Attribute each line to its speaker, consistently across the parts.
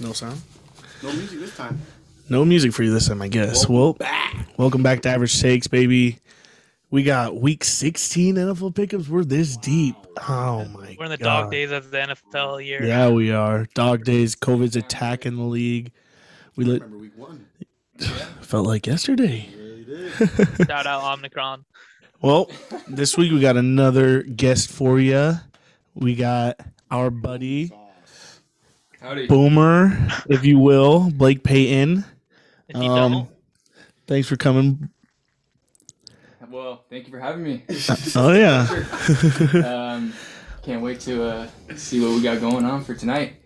Speaker 1: No sound?
Speaker 2: No music this time.
Speaker 1: No music for you this time, I guess. well, welcome back to Average Takes, baby. We got week 16 NFL pickups. We're this deep. Oh, my
Speaker 3: We're in the
Speaker 1: God.
Speaker 3: dog days of the NFL year.
Speaker 1: Yeah, we are. Dog days. COVID's attacking the league. We
Speaker 2: I
Speaker 1: lit,
Speaker 2: remember week one.
Speaker 1: felt like yesterday.
Speaker 2: Really did.
Speaker 3: Shout out Omnicron.
Speaker 1: Well, this week we got another guest for you. We got our buddy,
Speaker 4: Howdy.
Speaker 1: Boomer, if you will, Blake Payton.
Speaker 3: If you
Speaker 1: Um,
Speaker 3: don't,
Speaker 1: Thanks for coming.
Speaker 4: Well, thank you for having me.
Speaker 1: Oh, yeah.
Speaker 4: Um, can't wait to uh, see what we got going on for tonight.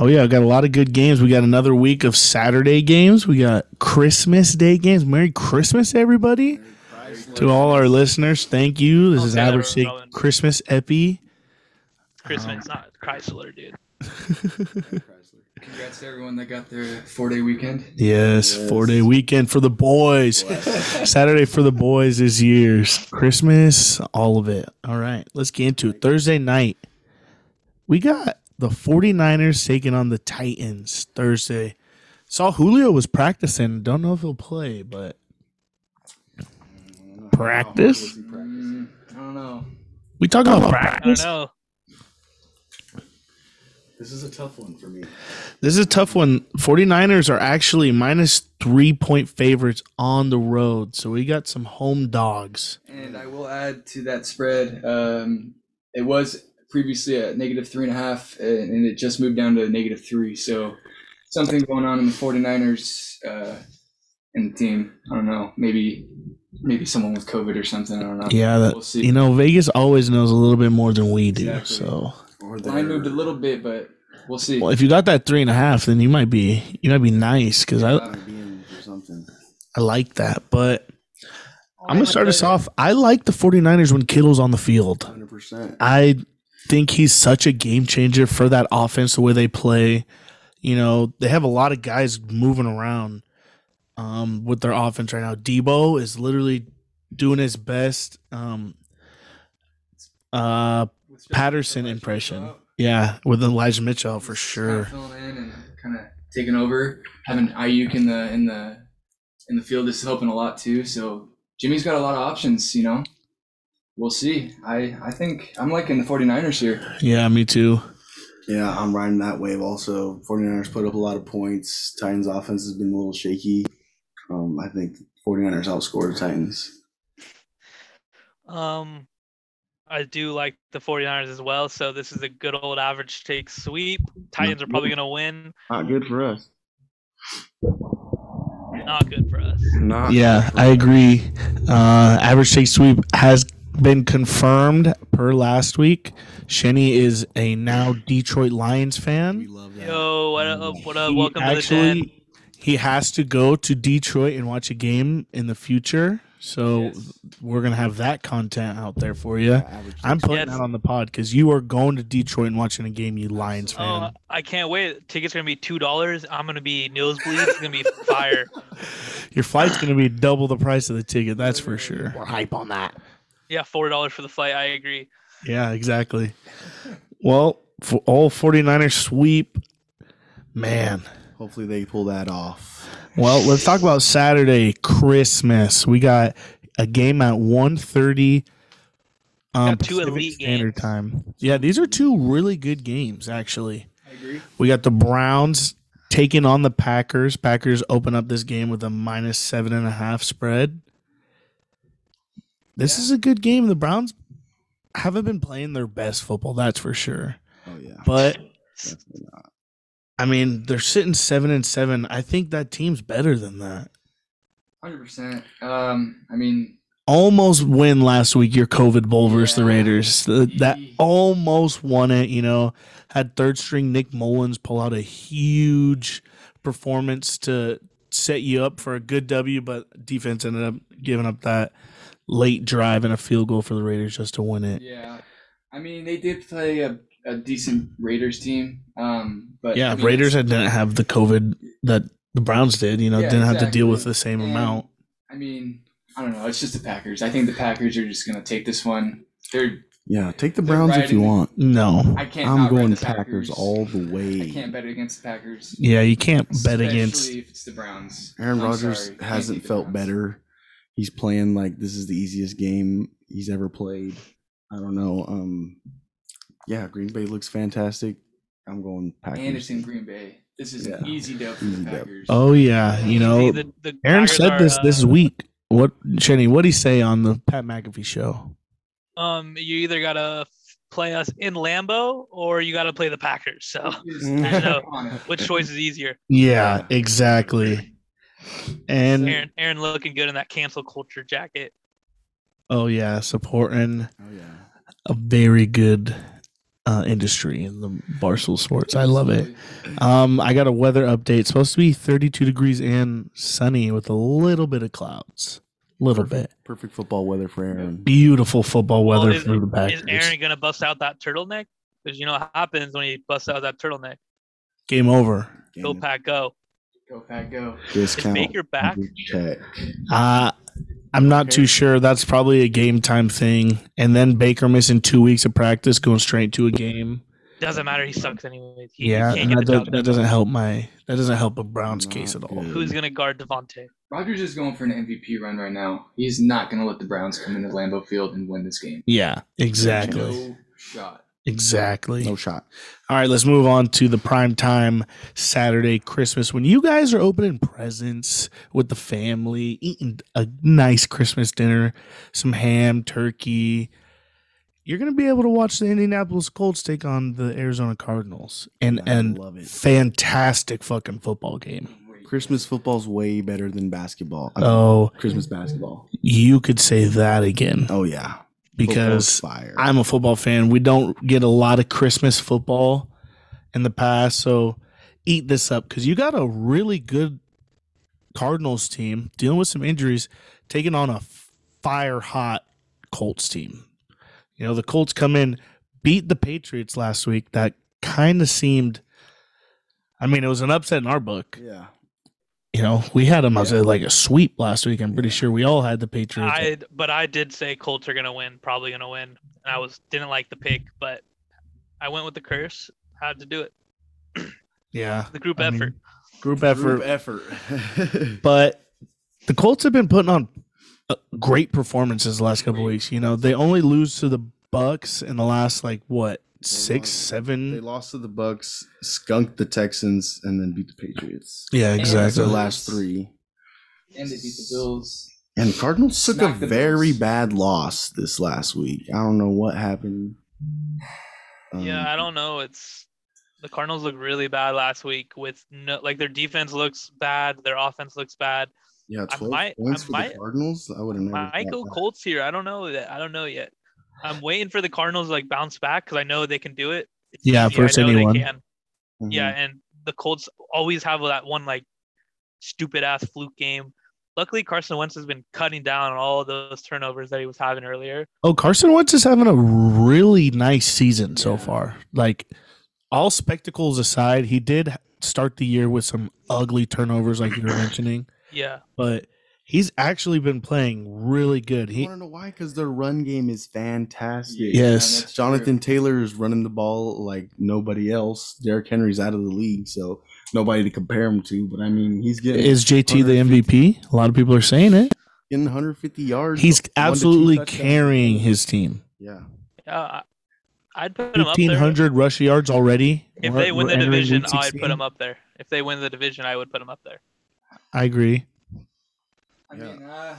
Speaker 1: Oh yeah, we got a lot of good games. We got another week of Saturday games. We got Christmas Day games. Merry Christmas, everybody! To all our listeners, thank you. This
Speaker 3: Don't
Speaker 1: is
Speaker 3: say that,
Speaker 1: Average Shake
Speaker 3: Rowan.
Speaker 1: Christmas Epi.
Speaker 3: it's Christmas, not Chrysler, dude.
Speaker 4: Congrats to everyone that got their four-day weekend.
Speaker 1: Yes, four day weekend for the boys. Saturday for the boys is years. Christmas, all of it. All right, let's get into it. Thursday night, we got the 49ers taking on the Titans Thursday. Saw Julio was practicing. Don't know if he'll play, but practice.
Speaker 4: Mm, I don't know.
Speaker 1: We talk about
Speaker 3: I don't
Speaker 1: practice.
Speaker 3: know.
Speaker 2: This is a tough one for me.
Speaker 1: This is a tough one. 49ers are actually minus three point favorites on the road. So we got some home dogs.
Speaker 4: And I will add to that spread. Um, it was previously at negative three and a half, uh, and it just moved down to negative three. So something going on in the 49ers uh, and the team. I don't know. Maybe maybe someone with COVID or something. I don't know.
Speaker 1: Yeah,
Speaker 4: We'll
Speaker 1: that,
Speaker 4: see.
Speaker 1: you know, Vegas always knows a little bit more than we do.
Speaker 4: Exactly.
Speaker 1: So
Speaker 2: Or
Speaker 4: I moved a little bit, but we'll see.
Speaker 1: well, if you got that three and a half, then you might be you might be nice because I
Speaker 2: or something.
Speaker 1: I like that. But I'm gonna
Speaker 3: Only
Speaker 1: start
Speaker 3: one
Speaker 1: us
Speaker 3: player.
Speaker 1: off. I like the 49ers when Kittle's on the field.
Speaker 2: 100%.
Speaker 1: I think he's such a game changer for that offense, the way they play. You know, they have a lot of guys moving around um, with their offense right now. Debo is literally doing his best. Um, uh, Patterson impression. Yeah, with Elijah Mitchell Oh, for sure.
Speaker 4: Kind of filling in and kind of taking over, having Ayuk in the in the in the field is helping a lot too. So Jimmy's got a lot of options, you know. We'll see. I I think I'm liking the 49ers here.
Speaker 1: Yeah, me too.
Speaker 2: Yeah, I'm riding that wave also. 49ers put up a lot of points. Titans offense has been a little shaky. Um, I think 49ers outscored the Titans.
Speaker 3: Um, I do like the 49ers as well. So this is a good old average take sweep. Titans are probably going to win.
Speaker 2: Not good for us.
Speaker 3: Not good for us.
Speaker 2: Not
Speaker 1: Yeah, I agree. Uh, average take sweep has been confirmed per last week. Shenny is a now Detroit Lions fan.
Speaker 2: We love that.
Speaker 3: Yo, what up? What up?
Speaker 1: He
Speaker 3: Welcome to the den.
Speaker 1: actually he has to go to Detroit and watch a game in the future. So we're gonna have that content out there for you.
Speaker 2: Average
Speaker 1: I'm putting
Speaker 3: Yes.
Speaker 1: that on the pod because you are going to Detroit and watching a game, you Lions fan.
Speaker 3: Oh, I can't wait. Tickets are gonna be two dollars. I'm gonna be nosebleed. It's gonna be fire.
Speaker 1: Your flight's gonna be double the price of the ticket, that's for sure. We're hype on that.
Speaker 3: Yeah, four dollars for the flight. I agree.
Speaker 1: Yeah, exactly. Well, for all 49ers sweep, man.
Speaker 2: Hopefully they pull that off.
Speaker 1: Well, let's talk about Saturday, Christmas. We got a game at 1.30 um,
Speaker 3: Got two
Speaker 1: Pacific
Speaker 3: elite
Speaker 1: Standard
Speaker 3: games.
Speaker 1: Time. Yeah, these are two really good games, actually.
Speaker 4: I agree.
Speaker 1: We got the Browns taking on the Packers. Packers open up this game with a minus seven and a half spread. This is a good game. The Browns haven't been playing their best football, that's for sure.
Speaker 2: Oh yeah.
Speaker 1: But
Speaker 2: Definitely not.
Speaker 1: I mean, they're sitting seven and seven. I think that team's better than that.
Speaker 4: 100%. Um, I mean,
Speaker 1: Almost win last week your COVID bowl versus the
Speaker 4: Yeah.
Speaker 1: Raiders. Th- That
Speaker 4: Yee.
Speaker 1: almost won it. You know, had third string Nick Mullins pull out a huge performance to set you up for a good W, but defense ended up giving up that late drive and a field goal for the Raiders just to win it.
Speaker 4: yeah. I mean, they did play a, a decent Raiders team. Um, but
Speaker 1: Yeah,
Speaker 4: I mean,
Speaker 1: Raiders
Speaker 4: it's-
Speaker 1: that didn't have the COVID that the Browns did. You know,
Speaker 4: Yeah,
Speaker 1: didn't have to deal
Speaker 4: exactly.
Speaker 1: with the same
Speaker 4: And-
Speaker 1: amount.
Speaker 4: I mean, I don't know. It's just the Packers. I think the Packers are just gonna take this one. They're
Speaker 2: Yeah, take the Browns if you
Speaker 4: riding-
Speaker 2: want.
Speaker 1: No.
Speaker 4: I can't.
Speaker 2: I'm
Speaker 4: outride
Speaker 2: going
Speaker 4: the
Speaker 2: Packers all the
Speaker 4: I
Speaker 2: way.
Speaker 4: can't bet against the Packers.
Speaker 1: Yeah, you can't bet
Speaker 4: especially
Speaker 1: against.
Speaker 4: if it's the Browns.
Speaker 2: Aaron
Speaker 4: I'm
Speaker 2: Rodgers
Speaker 4: sorry, can't do
Speaker 2: hasn't
Speaker 4: the
Speaker 2: felt
Speaker 4: Browns.
Speaker 2: better. He's playing like this is the easiest game he's ever played. I don't know. Um, yeah, Green Bay looks fantastic. I'm going Packers.
Speaker 4: And it's in Green Bay. This is an
Speaker 2: Yeah.
Speaker 4: easy dub for the
Speaker 2: Easy dub.
Speaker 4: Packers.
Speaker 1: Oh yeah, you know.
Speaker 3: the, the
Speaker 1: Aaron
Speaker 3: Packers
Speaker 1: said
Speaker 3: are,
Speaker 1: this this
Speaker 3: uh,
Speaker 1: week. What Shanny? What would he say on the Pat McAfee show?
Speaker 3: Um, you either gotta f- play us in Lambo or you gotta play the Packers. So,
Speaker 4: Just
Speaker 2: Mm.
Speaker 4: add up on it.
Speaker 3: which choice is easier?
Speaker 1: Yeah, exactly. And
Speaker 3: Aaron, Aaron looking good in that cancel culture jacket.
Speaker 1: oh yeah, supporting
Speaker 2: Oh yeah.
Speaker 1: a very good uh, industry in the Barstool Sports. I love it. Um, I got a weather update. It's supposed to be 32 degrees and sunny with a little bit of clouds. Little bit.
Speaker 2: Perfect football weather for Aaron.
Speaker 1: Beautiful football
Speaker 3: Well,
Speaker 1: weather
Speaker 3: is-
Speaker 1: for the
Speaker 3: Is
Speaker 1: Packers.
Speaker 3: Aaron gonna bust out that turtleneck? Because you know what happens when he busts out that turtleneck.
Speaker 1: Game over.
Speaker 3: Go
Speaker 2: Game
Speaker 3: pack, go.
Speaker 4: Go pack, go.
Speaker 3: Is
Speaker 2: discount.
Speaker 3: Baker back?
Speaker 1: Mm-hmm.
Speaker 2: Check.
Speaker 1: Uh, I'm not
Speaker 4: Okay.
Speaker 1: too sure. That's probably a game time thing. And then Baker missing two weeks of practice, going straight to a game.
Speaker 3: Doesn't matter. He sucks anyways. He, he
Speaker 1: Yeah,
Speaker 3: can't
Speaker 1: and
Speaker 3: get
Speaker 1: that,
Speaker 3: the
Speaker 1: does,
Speaker 3: job
Speaker 1: that
Speaker 3: done.
Speaker 1: doesn't help my that doesn't help a Browns
Speaker 2: Not
Speaker 1: case at all.
Speaker 2: good.
Speaker 3: Who's gonna guard Devontae?
Speaker 4: Rodgers is going for an MVP run right now. He's not going to let the Browns come into Lambeau Field and win this game.
Speaker 1: Yeah, exactly,
Speaker 4: No shot.
Speaker 1: exactly.
Speaker 2: No shot.
Speaker 1: All right, let's move on to the prime time Saturday Christmas when you guys are opening presents with the family, eating a nice Christmas dinner, some ham, turkey. You're going to be able to watch the Indianapolis Colts take on the Arizona Cardinals and
Speaker 2: I
Speaker 1: and
Speaker 2: love it.
Speaker 1: fantastic fucking football game.
Speaker 2: Christmas football's way better than basketball. I mean,
Speaker 1: Oh,
Speaker 2: Christmas basketball.
Speaker 1: you could say that again
Speaker 2: Oh yeah.
Speaker 1: because
Speaker 2: Football's fire.
Speaker 1: I'm a football fan. We don't get a lot of Christmas football in the past, so eat this up because you got a really good Cardinals team dealing with some injuries, taking on a fire hot Colts team. You know, the Colts come in, beat the Patriots last week. That kind of seemed, I mean, it was an upset in our book.
Speaker 2: yeah.
Speaker 1: You know, we had them as a,
Speaker 2: Yeah.
Speaker 1: like a sweep last week. I'm pretty sure we all had the Patriots.
Speaker 3: I but I did say Colts are gonna win, probably gonna win, and I was didn't like the pick, but I went with the curse. Had to do it.
Speaker 1: yeah.
Speaker 3: The group
Speaker 1: I mean,
Speaker 3: effort.
Speaker 1: Group effort.
Speaker 2: effort.
Speaker 1: but the Colts have been putting on uh, great performances the last couple of weeks. You know, they only lose to the Bucks in the last like what six,
Speaker 2: lost-
Speaker 1: seven.
Speaker 2: they lost to the Bucks, skunked the Texans, and then beat the Patriots.
Speaker 1: yeah,
Speaker 2: That's their
Speaker 1: exactly.
Speaker 4: And-
Speaker 2: last three.
Speaker 4: And they beat the Bills.
Speaker 2: And the Cardinals took
Speaker 4: Smack
Speaker 2: a
Speaker 4: the
Speaker 2: very
Speaker 4: Bills.
Speaker 2: bad loss this last week. I don't know what happened. Um,
Speaker 1: Mm.
Speaker 3: Yeah, I don't know. It's the Cardinals look really bad last week with no like their defense looks bad, their offense looks bad.
Speaker 2: Yeah,
Speaker 3: I
Speaker 2: twelve
Speaker 3: might-
Speaker 2: points
Speaker 3: I
Speaker 2: for
Speaker 3: might-
Speaker 2: the Cardinals. I would have
Speaker 1: Mm,
Speaker 2: never.
Speaker 3: I
Speaker 2: thought
Speaker 3: go
Speaker 2: that.
Speaker 3: Colts here. I don't know that. I don't know yet. I'm waiting for the Cardinals to like bounce back because I know they can do it. It's
Speaker 1: Yeah,
Speaker 3: easy. I
Speaker 1: versus
Speaker 3: know they
Speaker 1: anyone. Mm.
Speaker 3: can.
Speaker 2: Mhm.
Speaker 3: Yeah, and the Colts always have that one like stupid ass fluke game. Luckily, Carson Wentz has been cutting down on all of those turnovers that he was having earlier.
Speaker 1: Oh, Carson Wentz is having a really nice season so
Speaker 4: Yeah.
Speaker 1: far. Like all spectacles aside, he did start the year with some ugly turnovers, like you were mentioning,
Speaker 3: Yeah,
Speaker 1: but. He's actually been playing really good.
Speaker 2: I
Speaker 1: He
Speaker 2: want to know why? Because their run game is fantastic.
Speaker 1: Yes.
Speaker 4: that's
Speaker 2: Jonathan Taylor is running the ball like nobody else. Derrick Henry's out of the league, so nobody to compare him to. But I mean, he's getting
Speaker 1: is JT the MVP. A lot of people are saying it.
Speaker 2: getting 150 yards.
Speaker 1: He's
Speaker 2: one to two
Speaker 1: absolutely
Speaker 2: touchdowns.
Speaker 1: carrying his team.
Speaker 2: Yeah,
Speaker 3: yeah. I, I'd put him up
Speaker 1: Fifteen
Speaker 3: there.
Speaker 1: hundred rush yards already.
Speaker 3: If
Speaker 1: We're-
Speaker 3: they
Speaker 1: we're
Speaker 3: win the
Speaker 1: entering
Speaker 3: division,
Speaker 1: week
Speaker 3: I'd
Speaker 1: 16.
Speaker 3: put him up there. If they win the division, I would put him up there.
Speaker 1: I agree.
Speaker 4: I mean, uh,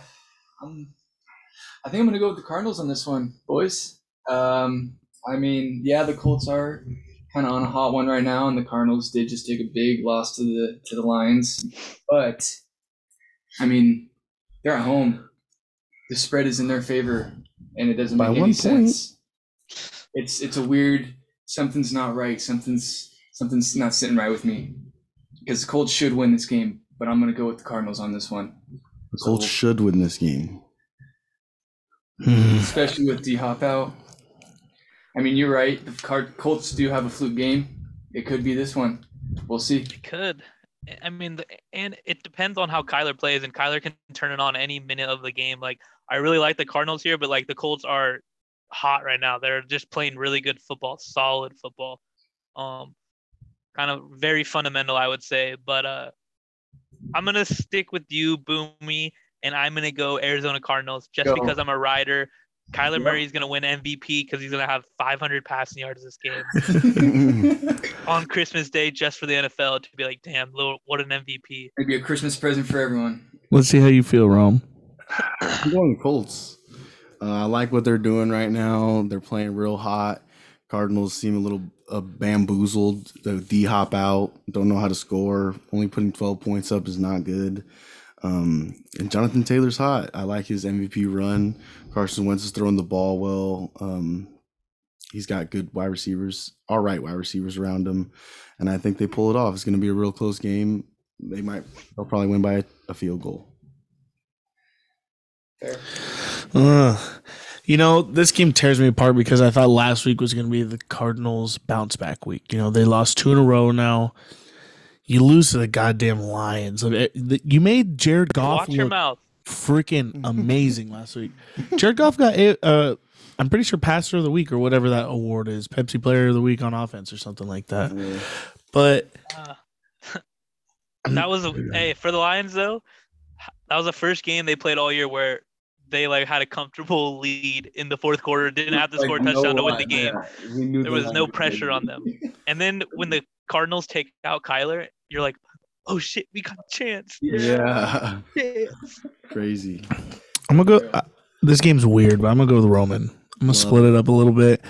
Speaker 4: I'm, I think I'm gonna go with the Cardinals on this one, boys. Um, I mean, yeah, the Colts are kind of on a hot one right now, and the Cardinals did just take a big loss to the to the Lions, but I mean, they're at home. The spread is in their favor, and it doesn't
Speaker 2: By
Speaker 4: make any
Speaker 2: one point.
Speaker 4: sense. It's it's a weird something's not right. Something's something's not sitting right with me because the Colts should win this game, but I'm gonna go with the Cardinals on this one.
Speaker 2: the Colts should win this game.
Speaker 4: especially with D Hop out. I mean, you're right. The card, Colts do have a fluke game. It could be this one. We'll see.
Speaker 3: They could. I- I mean, the, and it depends on how Kyler plays, and Kyler can turn it on any minute of the game. Like, I really like the Cardinals here, but like the Colts are hot right now. They're just playing really good football, solid football. Um, kind of very fundamental, I would say. But uh, I'm gonna stick with you, Boomy, and I'm gonna go Arizona Cardinals just
Speaker 4: Go.
Speaker 3: because I'm a rider. Kyler
Speaker 4: Yep.
Speaker 3: Murray is gonna win MVP because he's gonna have 500 passing yards this game on Christmas Day just for the NFL to be like, damn, Lil- what an MVP.
Speaker 4: It'd be a Christmas present for everyone.
Speaker 1: Let's see how you feel, Rome.
Speaker 2: I'm going Colts. Uh, I like what they're doing right now. They're playing real hot. Cardinals seem a little uh, bamboozled. The D hop out. Don't know how to score. Only putting 12 points up is not good. Um, and Jonathan Taylor's hot. I like his MVP run. Carson Wentz is throwing the ball well. Um, he's got good wide receivers, all right wide receivers around him. And I think they pull it off. It's going to be a real close game. They might, they'll probably win by a, a field goal.
Speaker 4: Fair.
Speaker 1: Ugh. You know, this game tears me apart because I thought last week was going to be the Cardinals bounce back week. You know, they lost two in a row now. You lose to the goddamn Lions. I mean, it- You made Jared Goff
Speaker 3: Watch your
Speaker 1: look
Speaker 3: mouth.
Speaker 1: freaking amazing last week. Jared Goff got, a- uh, I'm pretty sure, passer of the week or whatever that award is, Pepsi player of the week on offense or something like that.
Speaker 2: Uh,
Speaker 1: But
Speaker 3: Uh, that was a, hey for the Lions though. That was the first game they played all year where they like had a comfortable lead in the fourth quarter, didn't have to
Speaker 4: Like,
Speaker 3: score a
Speaker 4: no
Speaker 3: touchdown to win
Speaker 4: lie.
Speaker 3: the game.
Speaker 4: Yeah, we knew
Speaker 3: There
Speaker 4: the
Speaker 3: was
Speaker 4: line
Speaker 3: no
Speaker 4: good.
Speaker 3: pressure on them. And then when the Cardinals take out Kyler, you're like, oh shit, we got a chance.
Speaker 2: yeah.
Speaker 3: Chance.
Speaker 2: Crazy.
Speaker 1: I'm going to go.
Speaker 4: Yeah.
Speaker 1: Uh, this game's weird, but I'm going to go with Roman. I'm going to split it up a little bit.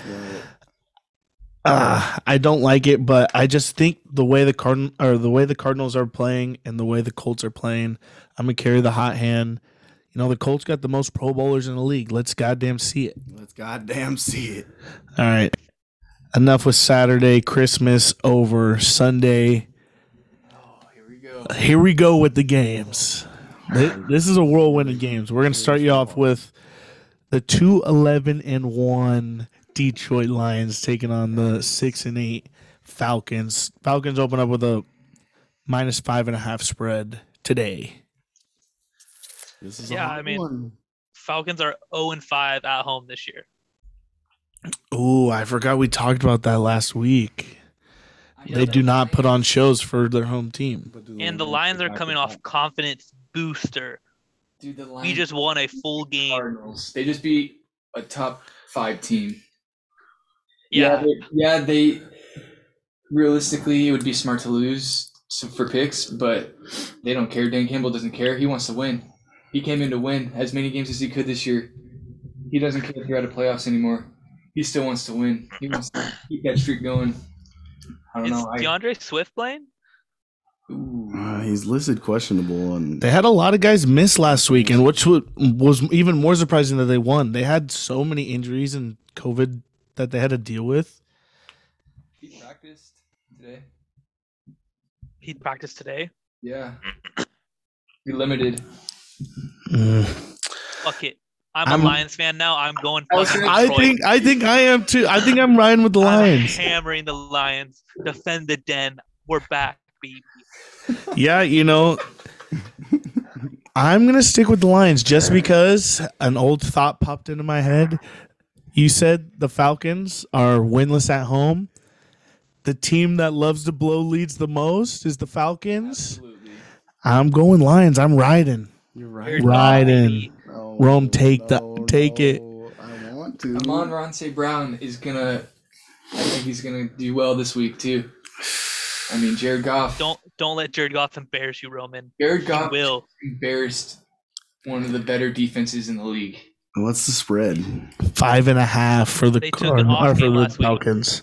Speaker 1: Uh, I don't like it, but I just think the way the Cardin- or the way the Cardinals are playing and the way the Colts are playing, I'm gonna carry the hot hand. You know, the Colts got the most Pro Bowlers in the league. Let's goddamn see it.
Speaker 2: Let's goddamn see it.
Speaker 1: All right, enough with Saturday, Christmas over, Sunday.
Speaker 4: Here we go.
Speaker 1: Here we go with the games. Th- This is a whirlwind of games. We're gonna start you off with the two eleven and one Detroit Lions taking on the six and eight Falcons. Falcons open up with a minus five and a half spread today.
Speaker 2: This is
Speaker 3: Yeah,
Speaker 2: a hard
Speaker 3: I mean-
Speaker 2: one.
Speaker 3: Falcons are 0 and 5 at home this year.
Speaker 1: Oh, I forgot we talked about that last week. They do not put on shows for their home team.
Speaker 2: But do
Speaker 4: Mm-hmm.
Speaker 3: And the Lions are coming off confidence booster.
Speaker 4: Dude, the
Speaker 3: We
Speaker 4: Lions
Speaker 3: just won a full game.
Speaker 4: Cardinals. They just beat a top five team.
Speaker 3: Yeah.
Speaker 4: they, yeah. They realistically, it would be smart to lose so- for picks, but they don't care. Dan Campbell doesn't care. He wants to win. He came in to win as many games as he could this year. He doesn't care if you're out of playoffs anymore. He still wants to win. He wants to keep that streak going. I don't
Speaker 3: Is
Speaker 4: know. I,
Speaker 3: DeAndre Swift playing?
Speaker 4: ooh,
Speaker 2: Uh, he's listed questionable on.
Speaker 1: They had a lot of guys miss last week, and which wa- was even more surprising that they won. They had so many injuries and COVID that they had to deal with.
Speaker 4: he practiced today.
Speaker 3: He practiced today.
Speaker 4: Yeah. Be limited.
Speaker 3: Fuck it. I'm,
Speaker 1: I'm-
Speaker 3: a Lions fan now. I'm going
Speaker 4: I was
Speaker 3: fucking
Speaker 4: gonna-
Speaker 1: I
Speaker 3: Detroit.
Speaker 1: think I think I am too. I think I'm riding with the
Speaker 3: I'm
Speaker 1: Lions.
Speaker 3: hammering the Lions. Defend the den. We're back, baby.
Speaker 1: Yeah, you know, I'm gonna stick with the Lions just because an old thought popped into my head. You said the Falcons are winless at home. The team that loves to blow leads the most is the Falcons.
Speaker 4: Absolutely.
Speaker 1: I'm going Lions. I'm riding.
Speaker 2: You're
Speaker 3: You're
Speaker 1: Right.
Speaker 2: right.
Speaker 1: Riding.
Speaker 3: not, baby.
Speaker 2: No,
Speaker 1: Rome, take that- take it.
Speaker 2: I want to.
Speaker 4: Amon Ronce Brown is gonna. I think he's gonna do well this week too. I mean, Jared Goff.
Speaker 3: Don't don't let Jared Goff embarrass you, Roman.
Speaker 4: Jared
Speaker 3: He
Speaker 4: Goff
Speaker 3: will.
Speaker 4: embarrassed one of the better defenses in the league.
Speaker 2: What's the spread?
Speaker 1: Five and a half for the
Speaker 3: They took
Speaker 1: Card-
Speaker 3: an off
Speaker 1: or for
Speaker 3: game
Speaker 1: the
Speaker 3: last week.
Speaker 1: Falcons.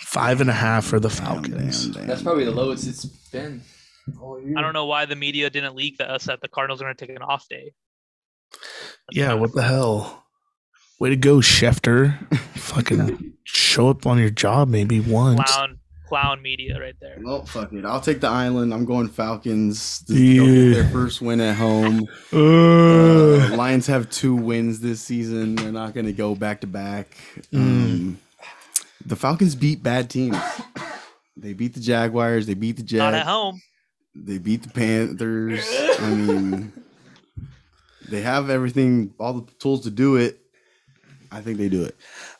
Speaker 1: Five and a half for the
Speaker 2: Damn,
Speaker 1: Falcons.
Speaker 2: damn, damn.
Speaker 4: That's probably the lowest it's been all year.
Speaker 3: I don't know why the media didn't leak to us that the Cardinals are going to take an off day.
Speaker 1: Yeah, what the hell? Way to go, Schefter. Fucking show up on your job maybe once.
Speaker 3: Clown, clown media right there.
Speaker 2: Well, fuck it. I'll take the island. I'm going Falcons. This
Speaker 1: Yeah.
Speaker 2: Their first win at home.
Speaker 1: Ugh.
Speaker 2: Uh, Lions have two wins this season. They're not going to go back to back.
Speaker 1: Mm.
Speaker 2: Um, The Falcons beat bad teams. They beat the Jaguars. They beat the Jets.
Speaker 3: Not at home.
Speaker 2: They beat the Panthers. I mean, they have everything, all the tools to do it. I think they do it.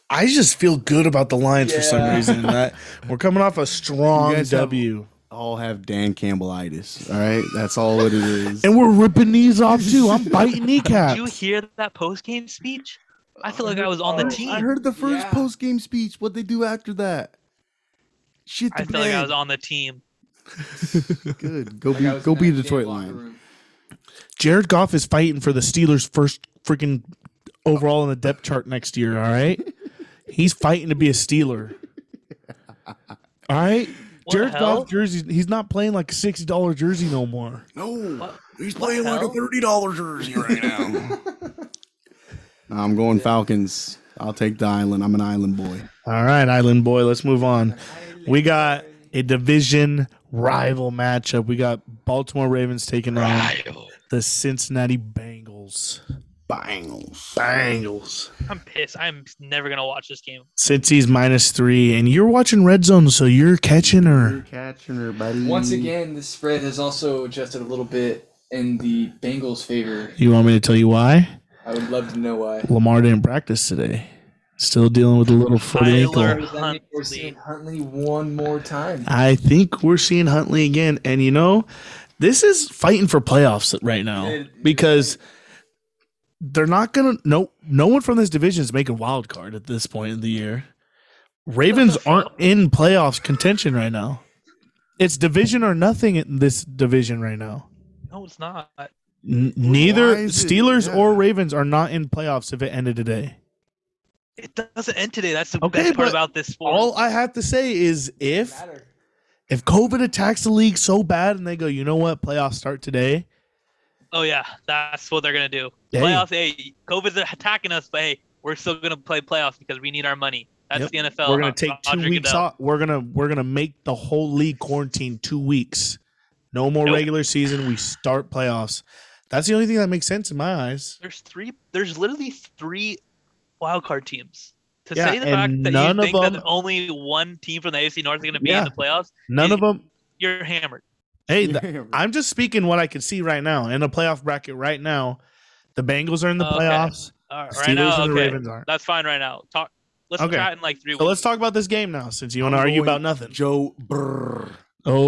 Speaker 1: I just feel good about the Lions for some
Speaker 4: Yeah.
Speaker 1: reason. That we're coming off a strong
Speaker 2: You guys have-
Speaker 1: W,
Speaker 2: All have Dan Campbellitis. All right, that's all it is.
Speaker 1: and we're ripping knees off too. I'm biting
Speaker 3: Did you
Speaker 1: kneecaps.
Speaker 3: hear that post game speech? I feel like I was on
Speaker 4: Oh,
Speaker 3: the
Speaker 4: I
Speaker 3: team.
Speaker 2: I heard the first
Speaker 4: Yeah.
Speaker 2: post game speech. What they do after that? Shit, the
Speaker 3: I feel like I
Speaker 2: bed.
Speaker 3: was on the team.
Speaker 2: good. Go
Speaker 4: Like I
Speaker 2: be
Speaker 4: was
Speaker 2: go
Speaker 4: in
Speaker 2: be
Speaker 4: that
Speaker 2: a Detroit
Speaker 4: damn locker
Speaker 2: Lion.
Speaker 4: room.
Speaker 1: Jared Goff is fighting for the Steelers' first freaking overall in the depth chart next year. All right, he's fighting to be a Steeler. All right,
Speaker 3: What the
Speaker 1: Jared
Speaker 3: hell?
Speaker 1: Goff jersey. He's not playing like a sixty dollar jersey no more.
Speaker 2: No,
Speaker 3: What-
Speaker 2: he's
Speaker 3: what playing like a hell?
Speaker 2: thirty dollar jersey right now. I'm going Falcons. I'll take the island. I'm an island boy.
Speaker 1: All right, Island Boy, let's move on. We got a division rival matchup. We got Baltimore Ravens taking on the Cincinnati Bengals.
Speaker 2: Bangles.
Speaker 1: Bengals.
Speaker 3: I'm pissed. I'm never gonna watch this game.
Speaker 1: Since he's minus three, and you're watching Red Zone, so you're catching
Speaker 2: You're
Speaker 1: her.
Speaker 2: catching her, buddy.
Speaker 4: Once again, the spread has also adjusted a little bit in the Bengals' favor.
Speaker 1: You want me to tell you why?
Speaker 4: I would love to know why.
Speaker 1: Lamar didn't practice today. Still dealing with a little foot
Speaker 3: Tyler.
Speaker 1: ankle.
Speaker 4: Does that mean We're seeing Huntley one more time.
Speaker 1: I think we're seeing Huntley again. And you know, this is fighting for playoffs right now because they're not going to, no, no one from this division is making wild card at this point in the year. Ravens aren't in playoffs contention right now. It's division or nothing in this division right now.
Speaker 3: No, it's not.
Speaker 1: N-
Speaker 2: Why
Speaker 1: neither
Speaker 2: is it-
Speaker 1: Steelers
Speaker 2: yeah.
Speaker 1: or Ravens are not in playoffs if it ended today.
Speaker 3: It doesn't end today. That's the
Speaker 1: Okay,
Speaker 3: best
Speaker 1: but
Speaker 3: part about this sport.
Speaker 1: All I have to say is if
Speaker 4: Matter.
Speaker 1: if COVID attacks the league so bad and they go, you know what, playoffs start today,
Speaker 3: oh yeah, that's what they're gonna do.
Speaker 1: Hey.
Speaker 3: Playoffs. Hey, COVID's attacking us, but hey, we're still gonna play playoffs because we need our money.
Speaker 1: Yep.
Speaker 3: That's the NFL.
Speaker 1: we're gonna
Speaker 3: Rod-
Speaker 1: take two
Speaker 3: Roger
Speaker 1: weeks
Speaker 3: Goodell.
Speaker 1: off. We're gonna we're gonna make the whole league quarantine two weeks. No more
Speaker 3: Nope.
Speaker 1: regular season. We start playoffs. That's the only thing that makes sense in my eyes.
Speaker 3: There's three. There's literally three wild card teams. To
Speaker 1: Yeah,
Speaker 3: say the
Speaker 1: and
Speaker 3: fact that
Speaker 1: none
Speaker 3: you
Speaker 1: of
Speaker 3: think that
Speaker 1: them-
Speaker 3: only one team from the AFC North is gonna be
Speaker 1: Yeah.
Speaker 3: in the playoffs,
Speaker 1: None of them.
Speaker 3: you're hammered.
Speaker 1: Hey, th- I'm just speaking what I can see right now in the playoff bracket. Right now, the Bengals are in the
Speaker 3: Okay.
Speaker 1: playoffs.
Speaker 3: All right,
Speaker 1: Steelers
Speaker 3: right now,
Speaker 1: and the
Speaker 3: okay,
Speaker 1: Ravens aren't.
Speaker 3: that's fine. Right now, talk. Let's
Speaker 1: Okay.
Speaker 3: chat in like three.
Speaker 1: So
Speaker 3: weeks.
Speaker 1: let's talk about this game now, since you want to
Speaker 2: I'm
Speaker 1: argue
Speaker 2: going
Speaker 1: about nothing.
Speaker 2: Joe Brr.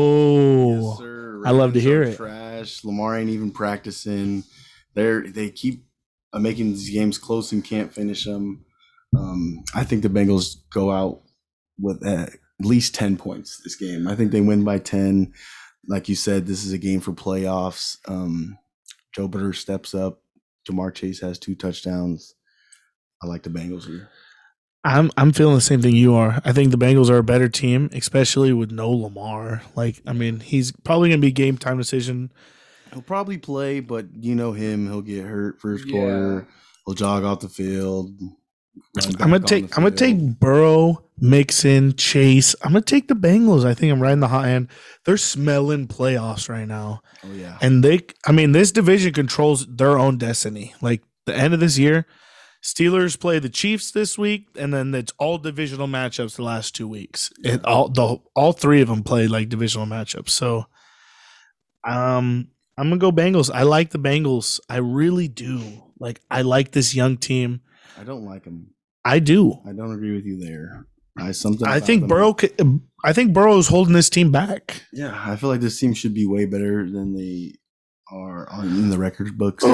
Speaker 1: Oh,
Speaker 2: Yes, sir.
Speaker 1: I love to
Speaker 2: Ravens
Speaker 1: hear
Speaker 2: are
Speaker 1: it.
Speaker 2: Trash. Lamar ain't even practicing. They're they keep uh, making these games close and can't finish them. Um, I think the Bengals go out with at least ten points this game. I think they win by ten. Like you said, this is a game for playoffs. Um, Joe Burrow steps up. Jamar Chase has two touchdowns. I like the Bengals here.
Speaker 1: I'm I'm feeling the same thing you are. I think the Bengals are a better team, especially with no Lamar. Like, I mean, he's probably gonna be game time decision.
Speaker 2: He'll probably play, but you know him. He'll get hurt first
Speaker 4: Yeah.
Speaker 2: quarter. He'll jog off the field. run
Speaker 1: I'm gonna
Speaker 2: back on
Speaker 1: take
Speaker 2: the
Speaker 1: I'm gonna
Speaker 2: field.
Speaker 1: take Burrow, Mixon, Chase. I'm gonna take the Bengals. I think I'm riding the hot hand. They're smelling playoffs right now.
Speaker 2: Oh yeah.
Speaker 1: And they I mean, this division controls their own destiny. Like the end of this year, Steelers play the Chiefs this week, and then it's all divisional matchups the last two weeks. It all the all three of them play like divisional matchups. So um I'm gonna go Bengals. I like the Bengals. I really do. Like I like this young team.
Speaker 2: I don't like him.
Speaker 1: I do.
Speaker 2: I don't agree with you there. I something.
Speaker 1: I
Speaker 2: about
Speaker 1: think
Speaker 2: them-
Speaker 1: Burrow. Could, I think Burrow is holding this team back.
Speaker 2: Yeah, I feel like this team should be way better than they are on, in the record books.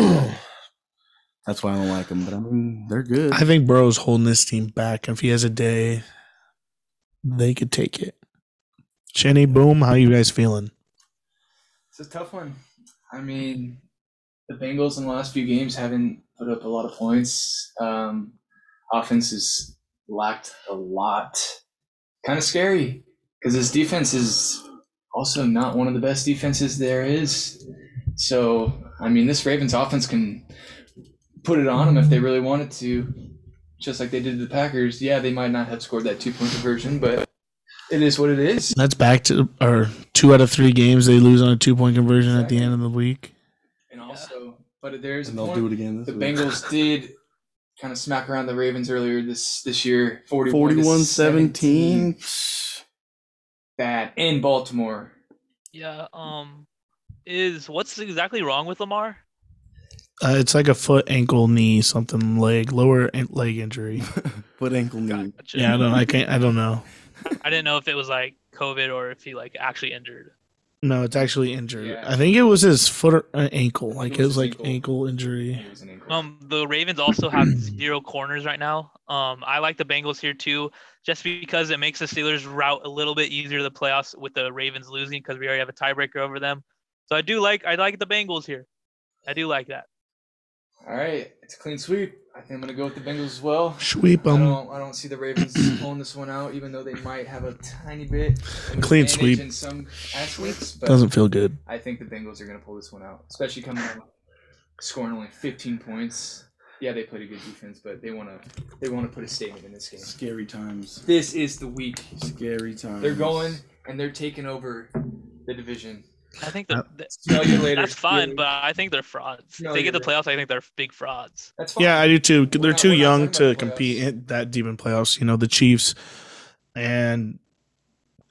Speaker 2: That's why I don't like them. But I mean, they're good.
Speaker 1: I think Burrow's holding this team back. If he has a day, they could take it. Jenny, boom. How you guys feeling?
Speaker 4: It's a tough one. I mean, the Bengals in the last few games haven't put up a lot of points. Um, offense has lacked a lot. Kind of scary because this defense is also not one of the best defenses there is. So, I mean, this Ravens offense can put it on them if they really wanted to, just like they did to the Packers. Yeah, they might not have scored that two point conversion, but it is what it is.
Speaker 1: That's back to or two out of three games they lose on a two point conversion at the end of the week.
Speaker 4: And also, but there's
Speaker 2: and they'll
Speaker 4: one-
Speaker 2: do it again. This
Speaker 4: The
Speaker 2: week.
Speaker 4: Bengals did kind of smack around the Ravens earlier this this year, 41 to
Speaker 2: 41-17.
Speaker 4: 17. Bad in Baltimore.
Speaker 3: Yeah. Um, is what's exactly wrong with Lamar?
Speaker 1: Uh, it's like a foot, ankle, knee, something, leg, lower an- leg injury.
Speaker 2: Foot, ankle,
Speaker 4: Mm.
Speaker 2: knee.
Speaker 3: Gotcha.
Speaker 1: Yeah, I don't. I can't. I don't know.
Speaker 3: I didn't know if it was like COVID or if he like actually injured.
Speaker 1: No, it's actually injured.
Speaker 4: Yeah.
Speaker 1: I think it was his foot or uh, ankle. Like it was
Speaker 4: his
Speaker 1: like
Speaker 4: ankle.
Speaker 1: ankle injury.
Speaker 4: It was an ankle.
Speaker 3: Um, the Ravens also have
Speaker 1: Hmm.
Speaker 3: zero corners right now. Um, I like the Bengals here too, just because it makes the Steelers route a little bit easier to the playoffs with the Ravens losing because we already have a tiebreaker over them. So I do like I like the Bengals here. I do like that.
Speaker 4: All right, it's a clean sweep. I think I'm gonna go with the Bengals as well.
Speaker 1: Sweep
Speaker 4: I
Speaker 1: him.
Speaker 4: don't, I don't see the Ravens pulling this one out, even though they might have a tiny bit of an
Speaker 1: Clean
Speaker 4: advantage
Speaker 1: sweep.
Speaker 4: in some aspects. But
Speaker 1: Doesn't feel good.
Speaker 4: I think the Bengals are going to pull this one out, especially coming out scoring only 15 points. Yeah, they played a good defense, but they want to they want to put a statement in this game.
Speaker 2: Scary times.
Speaker 4: This is the week
Speaker 2: Scary times.
Speaker 4: they're going and they're taking over the division.
Speaker 3: I think the, the-
Speaker 4: Smell you later.
Speaker 3: that's fine,
Speaker 4: Yeah,
Speaker 3: but I think they're frauds. If
Speaker 4: No,
Speaker 3: they get the
Speaker 4: you're
Speaker 3: playoffs, I think they're big frauds.
Speaker 4: that's fine.
Speaker 1: Yeah, I do too.
Speaker 4: We're
Speaker 1: They're
Speaker 4: not-
Speaker 1: too
Speaker 4: we're not
Speaker 1: young
Speaker 4: talking
Speaker 1: to
Speaker 4: about the
Speaker 1: compete
Speaker 4: playoffs.
Speaker 1: in that deep in playoffs. You know, the Chiefs and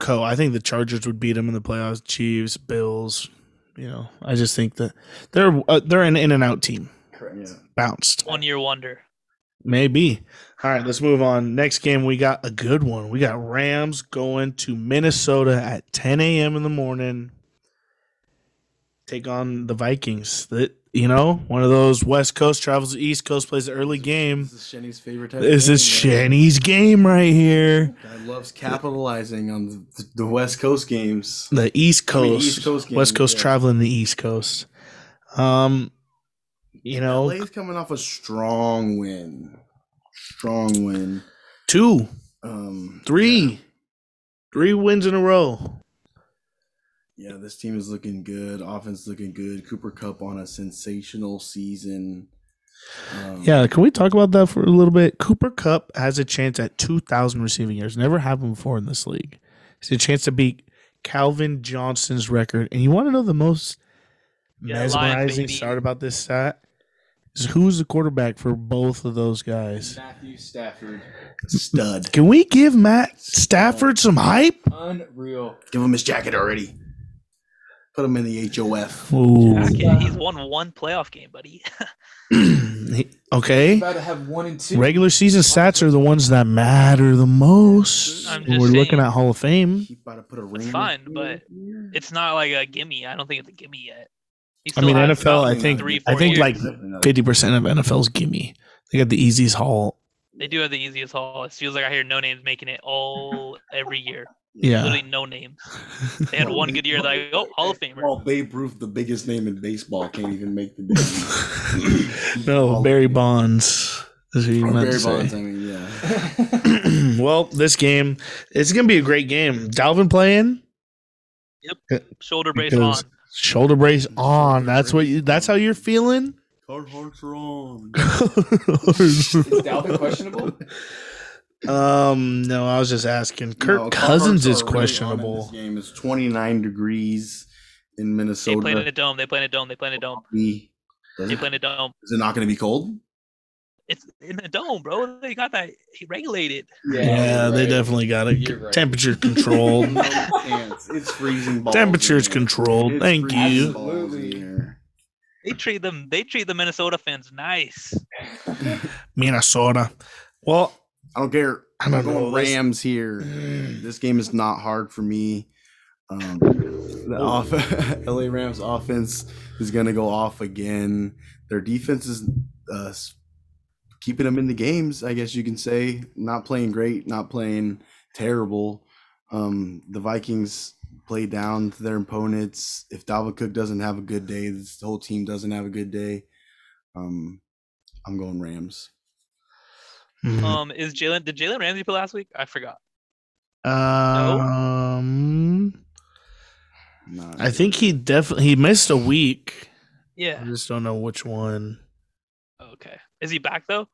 Speaker 1: Co. I think the Chargers would beat them in the playoffs. Chiefs, Bills. You know, I just think that they're uh, they're an in and out team.
Speaker 4: correct.
Speaker 2: Yeah.
Speaker 1: Bounced,
Speaker 3: One year wonder.
Speaker 1: maybe. All right, let's move on. Next game, we got a good one. We got Rams going to Minnesota at 10 a.m. in the morning. Take on the Vikings. That you know, one of those West Coast travels to East Coast plays the early game.
Speaker 2: This is Shenny's favorite type. of
Speaker 1: This is
Speaker 2: game, man.
Speaker 1: Shanny's game right here.
Speaker 2: Guy loves capitalizing on the, the West Coast games.
Speaker 1: The East
Speaker 2: I
Speaker 1: Coast,
Speaker 2: mean, East Coast games,
Speaker 1: West Coast
Speaker 2: yeah.
Speaker 1: traveling the East Coast. Um, you know,
Speaker 2: LA's coming off a strong win. Strong win.
Speaker 1: two,
Speaker 2: Um,
Speaker 1: three, three wins in a row.
Speaker 2: Yeah, this team is looking good. Offense looking good. Cooper Cup on a sensational season. Um,
Speaker 1: Yeah, can we talk about that for a little bit? Cooper Cup has a chance at two thousand receiving yards. Never happened before in this league. It's a chance to beat Calvin Johnson's record. And you want to know the most
Speaker 3: Yeah, Lions,
Speaker 1: mesmerizing
Speaker 3: baby.
Speaker 1: start about this stat? Is who's the quarterback for both of those guys?
Speaker 4: Matthew Stafford,
Speaker 2: stud.
Speaker 1: Can we give Matt Stafford some hype?
Speaker 4: unreal.
Speaker 2: Give him his jacket already. Put him in the HOF.
Speaker 1: Ooh.
Speaker 3: Okay, he's won one playoff game, buddy.
Speaker 1: okay.
Speaker 4: About to have one and two.
Speaker 1: Regular season stats are the ones that matter the most.
Speaker 3: I'm
Speaker 1: When
Speaker 3: just
Speaker 1: We're looking
Speaker 3: saying.
Speaker 1: at Hall of Fame.
Speaker 2: He about to put a ring.
Speaker 3: It's
Speaker 2: in
Speaker 3: fine,
Speaker 2: his
Speaker 3: but
Speaker 2: ear.
Speaker 3: it's not like a gimme. I don't think it's a gimme yet. He
Speaker 1: I
Speaker 3: still
Speaker 1: mean,
Speaker 3: has
Speaker 1: NFL. I
Speaker 3: about
Speaker 1: think.
Speaker 3: three,
Speaker 1: I
Speaker 3: four
Speaker 1: think
Speaker 3: years.
Speaker 1: like
Speaker 2: Definitely not.
Speaker 1: fifty percent of NFL's gimme. They got the easiest haul.
Speaker 3: they do have the easiest haul. It feels like I hear no names making it all every year.
Speaker 1: Yeah.
Speaker 3: Literally no names. They had one good year. Like, oh, Hall of Famer.
Speaker 2: Well, Babe Ruth, the biggest name in baseball, can't even make the day.
Speaker 1: no, Barry Bonds. Is who you
Speaker 2: Or
Speaker 1: meant
Speaker 2: Barry
Speaker 1: to say.
Speaker 2: Bonds, I mean, yeah.
Speaker 1: well, this game, it's gonna be a great game. Dalvin playing
Speaker 3: Shoulder brace on.
Speaker 1: because shoulder brace on.
Speaker 2: Shoulder
Speaker 1: That's what.
Speaker 2: brace
Speaker 1: You, that's how you're feeling.
Speaker 2: Card hearts are on.
Speaker 4: Is Dalvin questionable?
Speaker 1: Um, no, I was just asking. Kirk
Speaker 2: No, Carhartts
Speaker 1: Cousins is
Speaker 2: are really on in
Speaker 1: questionable.
Speaker 2: This game is 29 degrees in
Speaker 3: They play in
Speaker 2: Minnesota.
Speaker 3: a dome. They play in a dome. They play in a dome.
Speaker 2: We- Does
Speaker 3: They
Speaker 2: it,
Speaker 3: play in a dome.
Speaker 2: is it not going to be cold?
Speaker 3: It's in a dome, bro. They got that he regulated.
Speaker 1: yeah, they definitely got it.
Speaker 4: You're right.
Speaker 1: Temperature controlled.
Speaker 2: No chance. It's freezing. Balls
Speaker 1: Temperature's
Speaker 2: in here.
Speaker 1: controlled.
Speaker 2: It's
Speaker 1: Thank
Speaker 2: freezing
Speaker 1: you.
Speaker 2: balls in
Speaker 4: Absolutely.
Speaker 2: here.
Speaker 3: They treat them. They treat the Minnesota fans nice.
Speaker 1: Minnesota. Well,
Speaker 2: I don't care.
Speaker 1: I
Speaker 2: I'm
Speaker 1: don't know,
Speaker 2: going
Speaker 1: this- Mm.
Speaker 2: Rams here. This game is not hard for me. Um, the off- LA Rams offense is going to go off again. Their defense is uh, s- keeping them in the games, I guess you can say. Not playing great, not playing terrible. Um, the Vikings play down to their opponents. If Dalvin Cook doesn't have a good day, this whole team doesn't have a good day. Um, I'm going Rams.
Speaker 1: mm,
Speaker 3: Um, is Jalen? Did Jalen Ramsey play last week? I forgot.
Speaker 1: um,
Speaker 2: Not
Speaker 1: I think he definitely he missed a week. I
Speaker 3: Yeah.
Speaker 1: just don't know which one. Mm-hmm.
Speaker 3: Okay. Is he back though?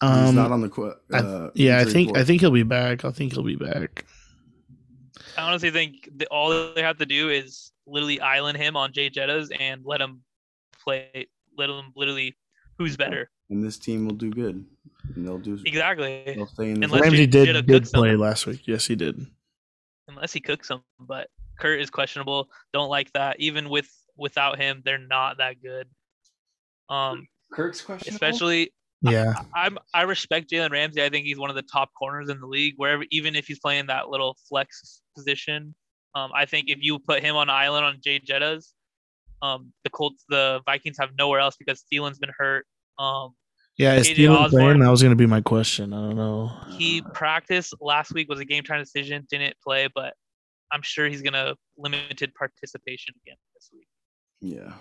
Speaker 2: He's not
Speaker 1: Um,
Speaker 2: on the qu-
Speaker 1: I-
Speaker 2: uh,
Speaker 1: yeah, I
Speaker 2: injury
Speaker 1: think I
Speaker 2: report.
Speaker 1: think he'll be back. I think he'll be back.
Speaker 3: I honestly think the, all they have to do is literally island him on Jay Jettas and let him play. Let him literally. Who's better?
Speaker 2: and this team will do good. And they'll do.
Speaker 3: Exactly.
Speaker 2: They'll stay in the
Speaker 3: Unless-
Speaker 1: Ramsey
Speaker 3: you
Speaker 1: did
Speaker 3: did a
Speaker 1: did,
Speaker 3: good
Speaker 1: play
Speaker 3: summer.
Speaker 1: last week. Yes, he did.
Speaker 3: unless he cooks them. But Kurt is questionable. Don't like that. Even with without him, they're not that good. Um,
Speaker 4: Kirk's question.
Speaker 3: especially
Speaker 1: Yeah.
Speaker 3: I'm I respect Jalen Ramsey. I think he's one of the top corners in the league. Wherever, even if he's playing that little flex position, um, I think if you put him on an island on Jay Jettas, um, the Colts, the Vikings have nowhere else because Thielen's been hurt. Um,
Speaker 1: Yeah, is Thielen
Speaker 3: KJ
Speaker 1: playing?
Speaker 3: Osborne.
Speaker 1: That was going to be my question. I don't know.
Speaker 3: he practiced last week was a game time decision, didn't play, but I'm sure he's gonna limited participation again this week.
Speaker 2: Yeah.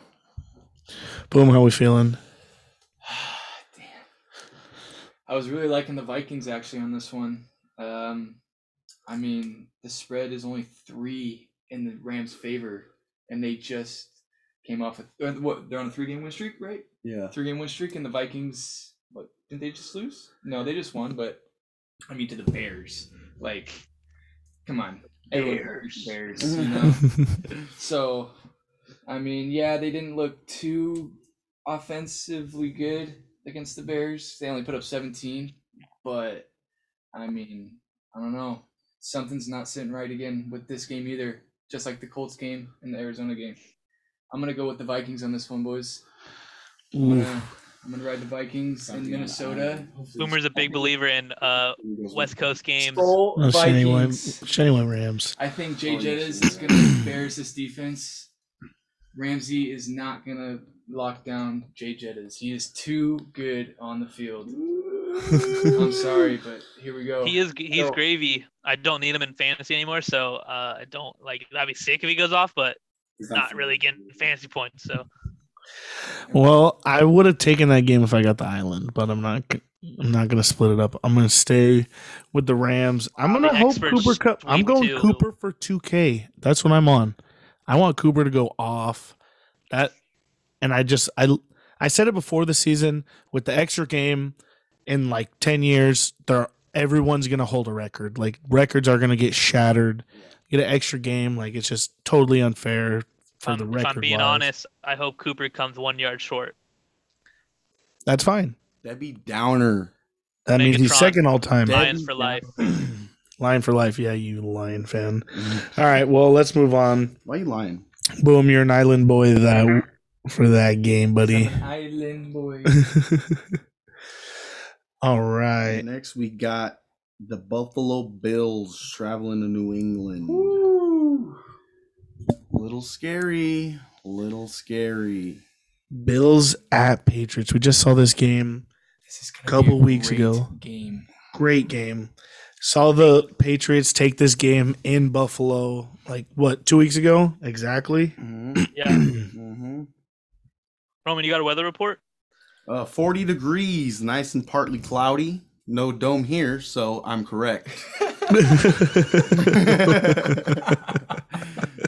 Speaker 1: Boom, how we feeling?
Speaker 4: Damn. I was really liking the Vikings actually on this one. Um, I mean, the spread is only three in the Rams' favor, and they just came off a uh, what? They're on a three-game win streak, right?
Speaker 2: Yeah.
Speaker 4: Three-game win streak, and the Vikings. What didn't they just lose? No, they just won, but I mean to the Bears. Like, come on, Everyone hates the Bears. You know? So, I mean, yeah, they didn't look too offensively good against the Bears. They only put up 17, but I mean, I don't know. Something's not sitting right again with this game either, just like the Colts game and the Arizona game. I'm going to go with the Vikings on this one, boys. I'm
Speaker 1: Ooh,
Speaker 4: gonna- I'm going to ride the Vikings in Minnesota.
Speaker 3: Boomer's a big believer in uh, West Coast games.
Speaker 4: Skull
Speaker 1: no, Shani went,
Speaker 4: Vikings.
Speaker 1: Shani went Rams.
Speaker 4: I think Jay
Speaker 2: Oh, yes,
Speaker 4: Jettas
Speaker 2: you
Speaker 4: is
Speaker 2: are.
Speaker 4: going to embarrass this defense. Ramsey is not going to lock down Jay Jettas. He is too good on the field. I'm sorry, but here we go.
Speaker 3: He is he's
Speaker 4: No.
Speaker 3: gravy. I don't need him in fantasy anymore, so uh, I don't like. I'd be sick if he goes off, but not really getting fantasy points. So
Speaker 1: Well, I would have taken that game if I got the island, but I'm not. g- I'm not gonna split it up. I'm gonna stay with the Rams. I'm
Speaker 3: Wow,
Speaker 1: gonna
Speaker 3: the
Speaker 1: hope
Speaker 3: experts
Speaker 1: Cooper Cup. I'm
Speaker 3: sweep
Speaker 1: going
Speaker 3: too.
Speaker 1: Cooper for 2K. That's what I'm on. I want Cooper to go off. That, and I just I I said it before the season with the extra game. In like 10 years, there everyone's gonna hold a record. Like records are gonna get shattered. Get an extra game. Like it's just totally unfair
Speaker 3: if
Speaker 1: for the
Speaker 3: I'm, if
Speaker 1: record.
Speaker 3: I'm being
Speaker 1: wise.
Speaker 3: honest, I hope Cooper comes one yard short.
Speaker 1: that's fine.
Speaker 2: That'd be downer.
Speaker 1: That means he's
Speaker 3: Megatron.
Speaker 1: second all time.
Speaker 2: That'd
Speaker 3: Lions
Speaker 2: be
Speaker 3: for life.
Speaker 2: downer.
Speaker 1: Lion for life. Yeah, you lion fan. All right, well, let's move on.
Speaker 2: Why you lying?
Speaker 1: Boom, you're an island boy that for that game, buddy.
Speaker 4: I'm an island boy.
Speaker 1: all right.
Speaker 2: Next, we got the Buffalo Bills traveling to New England.
Speaker 4: Woo.
Speaker 2: Little scary. Little scary.
Speaker 1: Bills at Patriots. We just saw this game.
Speaker 4: This is gonna
Speaker 1: Couple
Speaker 4: be a
Speaker 1: weeks
Speaker 4: great
Speaker 1: ago.
Speaker 4: Game.
Speaker 1: Great game. Saw the Patriots take this game in Buffalo like what, 2 weeks ago? Exactly.
Speaker 2: Mm-hmm.
Speaker 3: Yeah,
Speaker 2: Mm-hmm.
Speaker 3: Roman, you got a weather report?
Speaker 2: Uh, 40 degrees, nice and partly cloudy. No dome here, so I'm correct.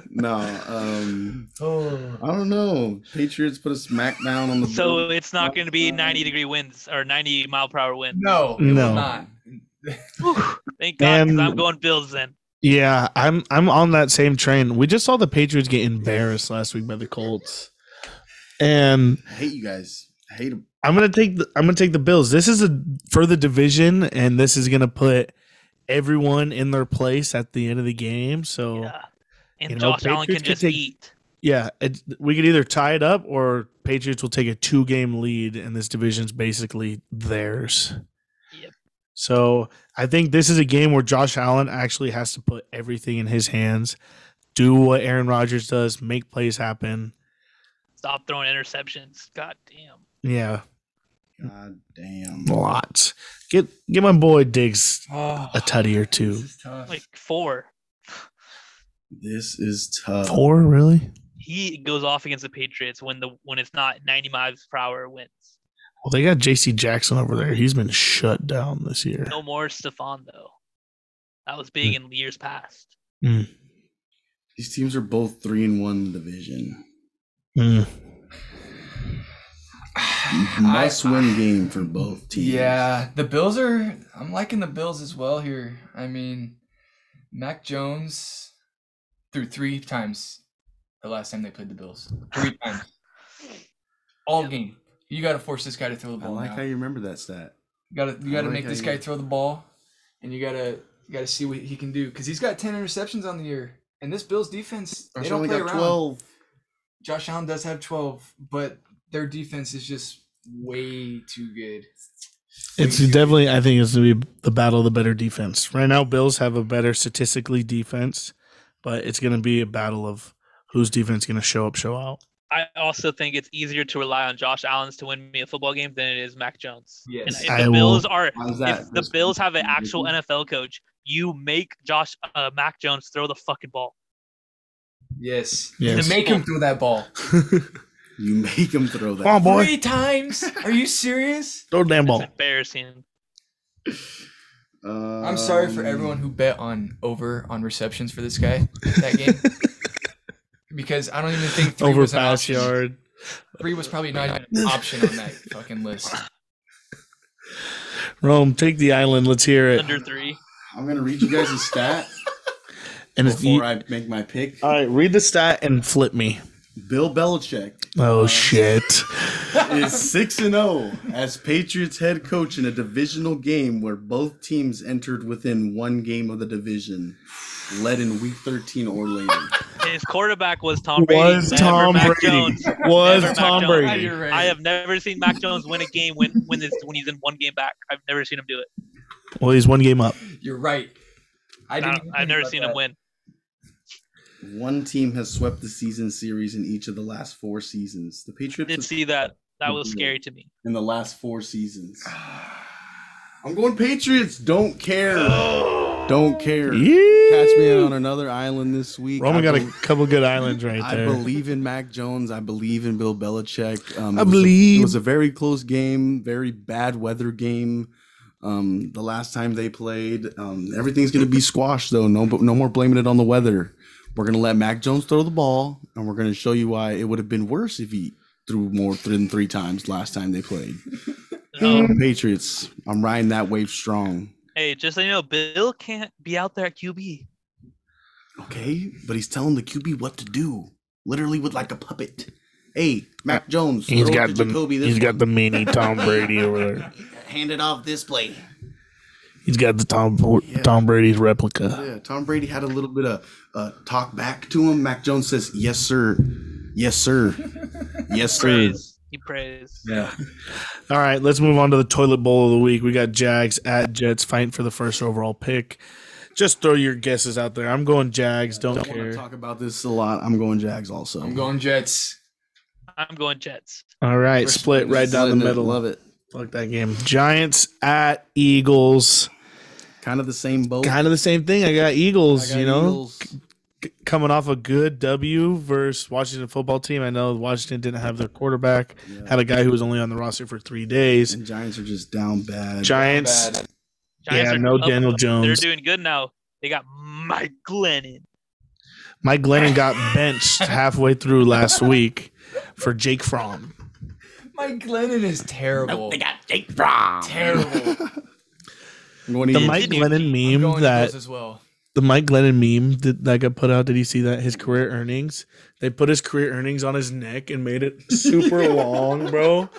Speaker 2: no, um,
Speaker 4: Oh.
Speaker 2: I don't know. Patriots put a smackdown on the
Speaker 3: So
Speaker 2: Bills.
Speaker 3: it's not going to be 90 degree winds or 90 mile per hour wind.
Speaker 4: No, it will
Speaker 1: No.
Speaker 4: not.
Speaker 3: Whew, Thank God, 'cause I'm
Speaker 1: And-
Speaker 3: going Bills then.
Speaker 1: Yeah, I'm I'm on that same train. We just saw the Patriots get embarrassed last week by the Colts. And
Speaker 2: I hate you guys. I hate them.
Speaker 1: I'm gonna take the I'm gonna take the Bills. This is a for the division, and this is gonna put everyone in their place at the end of the game. So yeah,
Speaker 3: Yeah. And
Speaker 1: You know,
Speaker 3: Josh Allen
Speaker 1: Patriots
Speaker 3: can
Speaker 1: could
Speaker 3: just
Speaker 1: take-
Speaker 3: eat.
Speaker 1: it, we could either tie it up or Patriots will take a two game lead, and this division's basically theirs.
Speaker 3: Yep.
Speaker 1: So I think this is a game where Josh Allen actually has to put everything in his hands, do what Aaron Rodgers does, make plays happen.
Speaker 3: Stop throwing interceptions. God damn.
Speaker 1: Yeah,
Speaker 2: God damn.
Speaker 1: lots. Get get my boy Diggs
Speaker 4: Oh,
Speaker 1: a tutty or
Speaker 4: this
Speaker 1: two.
Speaker 4: is tough.
Speaker 3: Like four.
Speaker 2: This is tough.
Speaker 1: Four really?
Speaker 3: He goes off against the Patriots when the when it's not 90 miles per hour winds.
Speaker 1: Well, they got J.C. Jackson over there. He's been shut down this year.
Speaker 3: No more Stefan though. That was big
Speaker 1: Hmm.
Speaker 3: in years past.
Speaker 2: These teams are both three and one in the division.
Speaker 1: Mm.
Speaker 2: Must
Speaker 4: I-
Speaker 2: win game for both teams.
Speaker 4: Yeah, the Bills are. I'm liking the Bills as well here. I mean, Mac Jones threw three times the last time they played the Bills. Three times. All game. You got to force this guy to throw the
Speaker 2: I
Speaker 4: ball.
Speaker 2: like
Speaker 4: now.
Speaker 2: how you remember that stat.
Speaker 4: You gotta you
Speaker 2: I
Speaker 4: gotta
Speaker 2: like
Speaker 4: make
Speaker 2: how
Speaker 4: this
Speaker 2: you-
Speaker 4: guy throw the ball, and you gotta you gotta see what he can do because he's got ten interceptions on the year. And this Bills defense, they
Speaker 2: Josh
Speaker 4: don't
Speaker 2: only
Speaker 4: play
Speaker 2: got
Speaker 4: around.
Speaker 2: 12.
Speaker 4: Josh Allen does have twelve, but their defense is just way too good.
Speaker 1: It's
Speaker 4: Way too
Speaker 1: definitely, I think it's going to be the battle of the better defense. Right now, Bills have a better statistically defense, but it's going to be a battle of whose defense going to show up, show out.
Speaker 3: I also think it's easier to rely on Josh Allen's to win me a football game than it is Mac Jones.
Speaker 4: Yes.
Speaker 3: And if
Speaker 1: I
Speaker 3: the
Speaker 1: will-
Speaker 3: Bills are
Speaker 2: How's
Speaker 3: if the
Speaker 2: Chris?
Speaker 3: Bills have an actual
Speaker 2: Mhm.
Speaker 3: NFL coach, you make Josh uh, Mac Jones throw the fucking ball.
Speaker 4: Yes.
Speaker 1: Yes.
Speaker 4: To make him throw that ball
Speaker 2: You make him throw that.
Speaker 1: Come on, boy.
Speaker 4: three times? Are you serious?
Speaker 1: Throw the damn
Speaker 3: It's
Speaker 1: ball.
Speaker 3: embarrassing.
Speaker 4: I'm sorry for
Speaker 2: Um,
Speaker 4: everyone who bet on over on receptions for this guy that game. Because I don't even think three
Speaker 1: Over
Speaker 4: was an
Speaker 1: pass
Speaker 4: option.
Speaker 1: yard.
Speaker 4: Three was probably not even an option on that fucking list.
Speaker 1: Rome, take the island. Let's hear it.
Speaker 3: Under three.
Speaker 2: I'm gonna read you guys a stat
Speaker 1: And it's
Speaker 2: before I make my pick.
Speaker 1: all right, read the stat and flip me.
Speaker 2: Bill Belichick
Speaker 1: Oh shit!
Speaker 2: is six and zero as Patriots head coach in a divisional game where both teams entered within one game of the division, led in Week 13 or later.
Speaker 3: His quarterback was Tom Brady.
Speaker 1: Was
Speaker 3: never
Speaker 1: Tom
Speaker 3: Mac
Speaker 1: Brady?
Speaker 3: Jones.
Speaker 1: Was
Speaker 3: Mac
Speaker 1: Tom
Speaker 3: Jones.
Speaker 4: Ah,
Speaker 1: Brady?
Speaker 4: you're right.
Speaker 3: I have never seen Mac Jones win a game when when this when he's in one game back. I've never seen him do it.
Speaker 1: Well, he's one game up.
Speaker 4: You're right. I
Speaker 3: I
Speaker 4: didn't
Speaker 3: don't- I've never seen him win.
Speaker 2: One team has swept the season series in each of the last four seasons. The
Speaker 3: I
Speaker 2: Patriots
Speaker 3: did see that. That was scary to me.
Speaker 2: in the last four seasons. I'm going Patriots. Don't care. Don't care. Catch me on another island this week. I
Speaker 1: Roman got a
Speaker 2: bel-
Speaker 1: couple good islands right
Speaker 2: I
Speaker 1: there.
Speaker 2: believe in Mac Jones. I believe in Bill Belichick. Um,
Speaker 1: I
Speaker 2: it was a-
Speaker 1: believe.
Speaker 2: it was a very close game, very bad weather game. Um, the last time they played, um, everything's gonna be squashed though. No, but no more blaming it on the weather. We're gonna let Mac Jones throw the ball, and we're gonna show you why it would have been worse if he threw more than three times last time they played.
Speaker 3: No.
Speaker 1: Mm-hmm. Um,
Speaker 2: Patriots. I'm riding that wave strong.
Speaker 3: Hey, just so you know, Bill can't be out there at QB.
Speaker 2: Okay, but he's telling the QB what to do, literally with like a puppet. Hey, Mac Jones.
Speaker 1: Uh, He's
Speaker 2: throw it
Speaker 1: got
Speaker 2: to
Speaker 1: the
Speaker 2: Jacoby this
Speaker 1: he's got
Speaker 2: way.
Speaker 1: the mini Tom Brady over there.
Speaker 2: Hand it off this play.
Speaker 1: He's got the Tom Tom Brady's replica.
Speaker 2: Yeah, Tom Brady had a little bit of uh, talk back to him. Mac Jones says, "Yes, sir. Yes, sir. Yes, sir."
Speaker 3: Praise. He prays.
Speaker 2: Yeah.
Speaker 1: All right, let's move on to the toilet bowl of the week. We got Jags at Jets fighting for the first overall pick. Just throw your guesses out there. I'm going Jags. Don't,
Speaker 2: Don't want
Speaker 1: care.
Speaker 2: to talk about this a lot. I'm going Jags also.
Speaker 4: I'm going Jets.
Speaker 3: I'm going Jets.
Speaker 1: All right,
Speaker 4: We're
Speaker 1: split right down the
Speaker 2: Letting it-
Speaker 1: middle.
Speaker 2: Love it.
Speaker 1: Fuck that game. Giants at Eagles.
Speaker 2: Kind of the same boat.
Speaker 1: Kind of the same thing. I got Eagles.
Speaker 2: I got
Speaker 1: you know,
Speaker 2: Eagles.
Speaker 1: C- coming off a good W versus Washington football team. I know Washington didn't have their quarterback.
Speaker 2: Yeah.
Speaker 1: Had a guy who was only on the roster for three days.
Speaker 2: And Giants are just down bad.
Speaker 1: Giants.
Speaker 4: Bad.
Speaker 3: Giants
Speaker 1: yeah,
Speaker 3: are
Speaker 1: no
Speaker 3: up.
Speaker 1: Daniel
Speaker 3: They're
Speaker 1: Jones.
Speaker 3: doing good now. They got Mike Glennon.
Speaker 1: Mike Glennon got benched halfway through last week for Jake Fromm.
Speaker 4: Mike Glennon is terrible.
Speaker 2: They got Jake Fromm.
Speaker 4: terrible.
Speaker 2: I'm going to
Speaker 1: The
Speaker 2: eat-
Speaker 1: Mike Glennon
Speaker 4: I'm
Speaker 1: meme
Speaker 4: going
Speaker 1: that
Speaker 4: Eagles as well.
Speaker 1: the Mike Glennon meme that, that got put out. Did you see that his career earnings? They put his career earnings on his neck and made it super long, bro.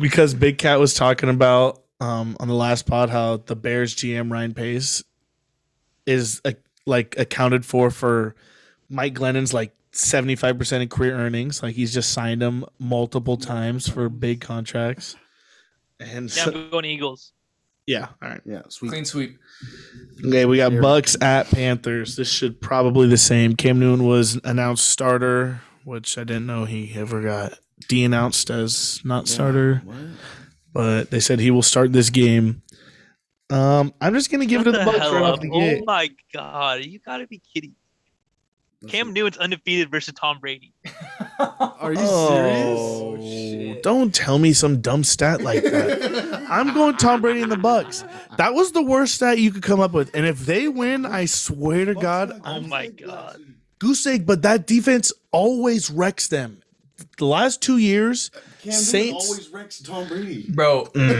Speaker 1: Because Big Cat was talking about um, on the last pod how the Bears GM Ryan Pace is uh, like accounted for for Mike Glennon's like. 75% of career earnings like he's just signed him multiple times for big contracts and
Speaker 3: Yeah,
Speaker 1: so-
Speaker 3: I'm going Eagles.
Speaker 1: yeah all right
Speaker 2: Yeah, sweet.
Speaker 4: Clean sweep.
Speaker 1: Okay, we got
Speaker 2: Here.
Speaker 1: Bucks at Panthers. This should probably the same. Cam Newton was announced starter, which I didn't know he ever got de-announced as not
Speaker 2: Yeah.
Speaker 1: starter,
Speaker 2: What?
Speaker 1: but they said he will start this game. Um, I'm just gonna give
Speaker 3: What
Speaker 1: it to the
Speaker 3: the
Speaker 1: Bucks
Speaker 3: hell
Speaker 1: right
Speaker 3: up?
Speaker 1: off the
Speaker 3: Oh
Speaker 1: gate.
Speaker 3: my god, you gotta be kidding.
Speaker 2: That's
Speaker 3: Cam
Speaker 2: it.
Speaker 3: Newton's undefeated versus Tom Brady.
Speaker 2: Are you
Speaker 1: Oh, don't tell me some dumb stat like that.
Speaker 2: serious?
Speaker 1: I'm going Tom Brady and the Bucks. That was the worst stat you could come up with. And if they win, I swear to God,
Speaker 3: Oh
Speaker 1: I'm
Speaker 3: my god.
Speaker 1: goose egg. But that defense always wrecks them. The last two years,
Speaker 2: Cam
Speaker 1: Saints.
Speaker 2: always wrecks Tom Brady.
Speaker 4: Bro, and,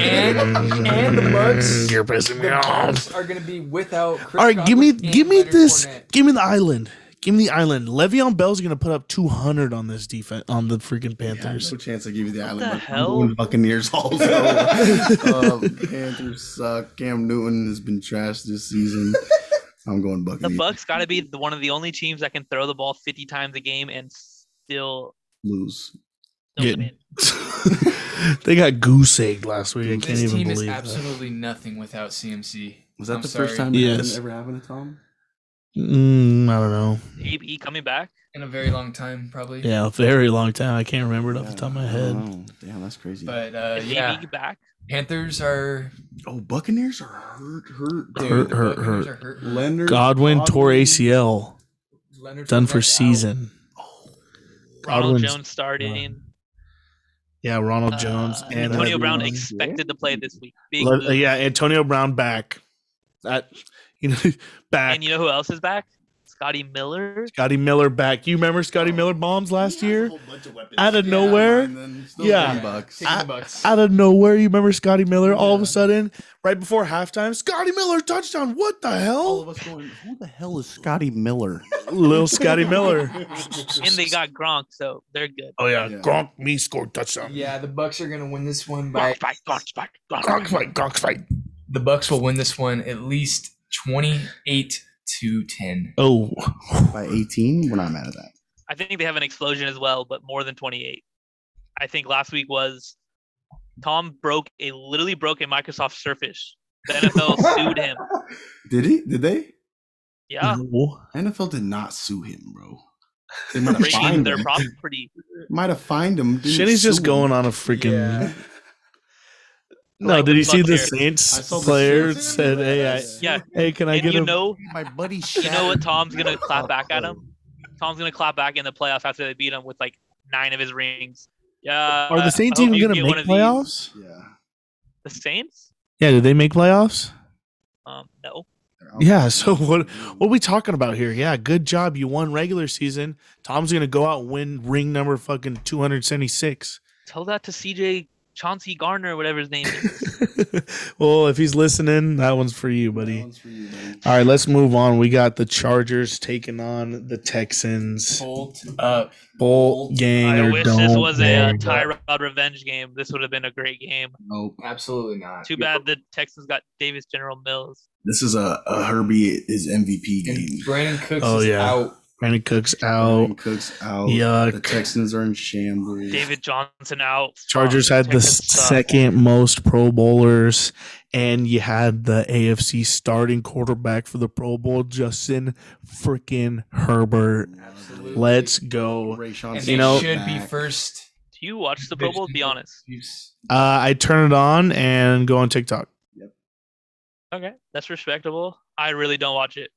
Speaker 4: and the Bucks,
Speaker 1: Mm. You're pissing me
Speaker 4: the
Speaker 1: off.
Speaker 4: Bucks are going to be without Chris
Speaker 1: All right, give me,
Speaker 4: Godwin and
Speaker 1: give me
Speaker 4: Leonard
Speaker 1: this,
Speaker 4: Fournette.
Speaker 1: give me the island, give me the island. Le'Veon Bell's gonna put up 200 on this defense on the freaking Panthers.
Speaker 2: no chance I give you the island.
Speaker 3: the
Speaker 2: but I'm
Speaker 3: hell?
Speaker 2: going Buccaneers also. uh, Panthers suck. Cam Newton has been trash this season. I'm going
Speaker 3: The
Speaker 2: Buccaneers.
Speaker 3: Bucks gotta be the- one of the only teams that can throw the ball 50 times a game and still
Speaker 2: lose.
Speaker 3: They'll
Speaker 1: Get-
Speaker 3: win.
Speaker 1: they got goose egged last week. I can't
Speaker 4: This
Speaker 1: even
Speaker 4: team is
Speaker 1: believe that.
Speaker 4: absolutely nothing without CMC.
Speaker 2: Was that
Speaker 4: I'm
Speaker 2: the
Speaker 4: sorry.
Speaker 2: first time
Speaker 1: Yes.
Speaker 2: that ever happened to Tom?
Speaker 1: Mm, I don't know.
Speaker 3: ABE coming back.
Speaker 4: in a very long time, probably?
Speaker 1: Yeah, a very long time. I can't remember it off the top of my
Speaker 2: I
Speaker 1: head.
Speaker 2: don't know. Damn, that's crazy.
Speaker 4: But uh,
Speaker 3: Is
Speaker 4: yeah,
Speaker 3: ABE back?
Speaker 4: Panthers are
Speaker 2: oh, Buccaneers are hurt, hurt,
Speaker 4: dude,
Speaker 1: Hurt,
Speaker 4: the
Speaker 1: hurt,
Speaker 4: Buccaneers
Speaker 1: hurt.
Speaker 4: are hurt.
Speaker 2: Leonard
Speaker 1: Godwin tore ACL.
Speaker 4: Leonard
Speaker 1: Done for
Speaker 4: Fournette's out.
Speaker 1: season.
Speaker 3: Ronald
Speaker 1: Godwin's-
Speaker 3: Jones starting.
Speaker 1: Yeah, Ronald Jones
Speaker 3: Uh,
Speaker 1: and
Speaker 3: Antonio Brown
Speaker 2: everyone.
Speaker 3: expected to play this week. Big
Speaker 1: Le-
Speaker 3: move.
Speaker 1: yeah, Antonio Brown back. That you know back.
Speaker 3: And you know who else is back? Scotty Miller.
Speaker 1: Scotty Miller back. You remember
Speaker 3: Oh,
Speaker 1: Scotty Miller bombs last year? Out of
Speaker 2: Yeah,
Speaker 1: nowhere.
Speaker 2: mine then. Still
Speaker 1: Yeah.
Speaker 2: ten bucks.
Speaker 4: Take the
Speaker 1: I-
Speaker 4: Bucks.
Speaker 1: Out of nowhere, you remember Scotty Miller all of
Speaker 4: Yeah.
Speaker 1: a sudden, right before halftime, Scotty Miller touchdown. What the
Speaker 2: All
Speaker 1: hell?
Speaker 2: of us going, who the hell is Scotty Miller?
Speaker 3: Oh,
Speaker 1: Little Scotty Miller.
Speaker 3: And they got Gronk, so they're good.
Speaker 1: Oh yeah,
Speaker 2: Yeah.
Speaker 1: Gronk me scored touchdown.
Speaker 4: yeah, the Bucks are gonna win this one by
Speaker 3: Gronk fight, Gronk fight,
Speaker 1: Gronk
Speaker 3: Gronk.
Speaker 1: fight, Gronk fight.
Speaker 4: the Bucks will win this one at least twenty-eight to ten.
Speaker 1: Oh,
Speaker 2: By 18, we're not mad at that.
Speaker 3: I think they have an explosion as well, but more than 28. I think last week was Tom broke a literally broke a Microsoft Surface. The NFL sued him.
Speaker 2: Did he? Did they?
Speaker 3: Yeah,
Speaker 1: No.
Speaker 2: NFL did not sue him, bro. They
Speaker 3: for
Speaker 2: might have
Speaker 3: breaking
Speaker 2: fined
Speaker 3: their
Speaker 2: him.
Speaker 3: property.
Speaker 2: Might have fined him. didn't
Speaker 1: Shinny's just
Speaker 2: sue
Speaker 1: going
Speaker 2: him.
Speaker 1: on a freaking.
Speaker 4: Yeah.
Speaker 1: No,
Speaker 3: Like
Speaker 1: did you
Speaker 3: with
Speaker 1: see the
Speaker 3: Buccaneers.
Speaker 2: I
Speaker 1: Saints
Speaker 2: saw the
Speaker 1: player
Speaker 2: Saints
Speaker 1: said,
Speaker 2: and
Speaker 1: "Hey,
Speaker 2: I-
Speaker 1: I,
Speaker 3: Yeah,
Speaker 1: hey, can I
Speaker 3: and
Speaker 1: get
Speaker 3: you
Speaker 1: a?"
Speaker 3: know,
Speaker 2: My buddy
Speaker 3: you know what
Speaker 2: Shaq-
Speaker 3: Tom's gonna clap back at him. Tom's gonna clap back in the playoffs after they beat him with like nine of his rings. Yeah.
Speaker 1: Are
Speaker 3: uh, I
Speaker 1: the Saints
Speaker 3: hope
Speaker 1: even
Speaker 3: you
Speaker 1: going to
Speaker 3: get
Speaker 1: make
Speaker 3: one of these.
Speaker 1: playoffs?
Speaker 2: Yeah.
Speaker 3: The Saints?
Speaker 1: Yeah, do they make playoffs?
Speaker 3: Um, no.
Speaker 2: They're
Speaker 1: Yeah,
Speaker 2: out.
Speaker 1: so what- What are we talking about here? Yeah, good job. You won regular season. Tom's going to go out and win ring number fucking 276.
Speaker 3: Tell that to CJ Chauncey Garner, whatever his name is.
Speaker 1: well, if he's listening, that one's for you,
Speaker 2: That
Speaker 1: buddy.
Speaker 2: one's for you, buddy.
Speaker 1: All right, let's move on. We got the Chargers taking on the Texans.
Speaker 4: Bolt up.
Speaker 1: Bolt gang.
Speaker 3: I
Speaker 1: or
Speaker 3: wish
Speaker 1: don't
Speaker 3: this was a uh,
Speaker 1: gang.
Speaker 3: Tyrod revenge game. This would have been a great game.
Speaker 2: Nope.
Speaker 4: Absolutely not.
Speaker 3: Too bad the Texans got Davis General Mills.
Speaker 2: This is a, a Herbie is MVP
Speaker 4: And
Speaker 2: game.
Speaker 4: Brandon Cooks
Speaker 1: Oh,
Speaker 4: is
Speaker 1: yeah.
Speaker 4: out.
Speaker 1: Brandon Cooks
Speaker 2: Brandon
Speaker 1: out.
Speaker 2: Cooks out. The
Speaker 1: Yuck.
Speaker 2: Texans are in shambles.
Speaker 3: David Johnson out.
Speaker 1: Chargers
Speaker 3: Fuck,
Speaker 1: had the
Speaker 3: Texans suck.
Speaker 1: second most Pro Bowlers, and you had the AFC starting quarterback for the Pro Bowl, Justin freaking Herbert.
Speaker 4: Absolutely.
Speaker 1: Let's go.
Speaker 4: And
Speaker 2: Rayshon
Speaker 4: they
Speaker 1: You know-
Speaker 4: should be
Speaker 2: back.
Speaker 4: first.
Speaker 3: Do you watch the Pro Bowl? Be honest.
Speaker 4: Chiefs.
Speaker 1: Uh, I turn it on and go on TikTok.
Speaker 3: Okay, that's respectable. I really don't watch it.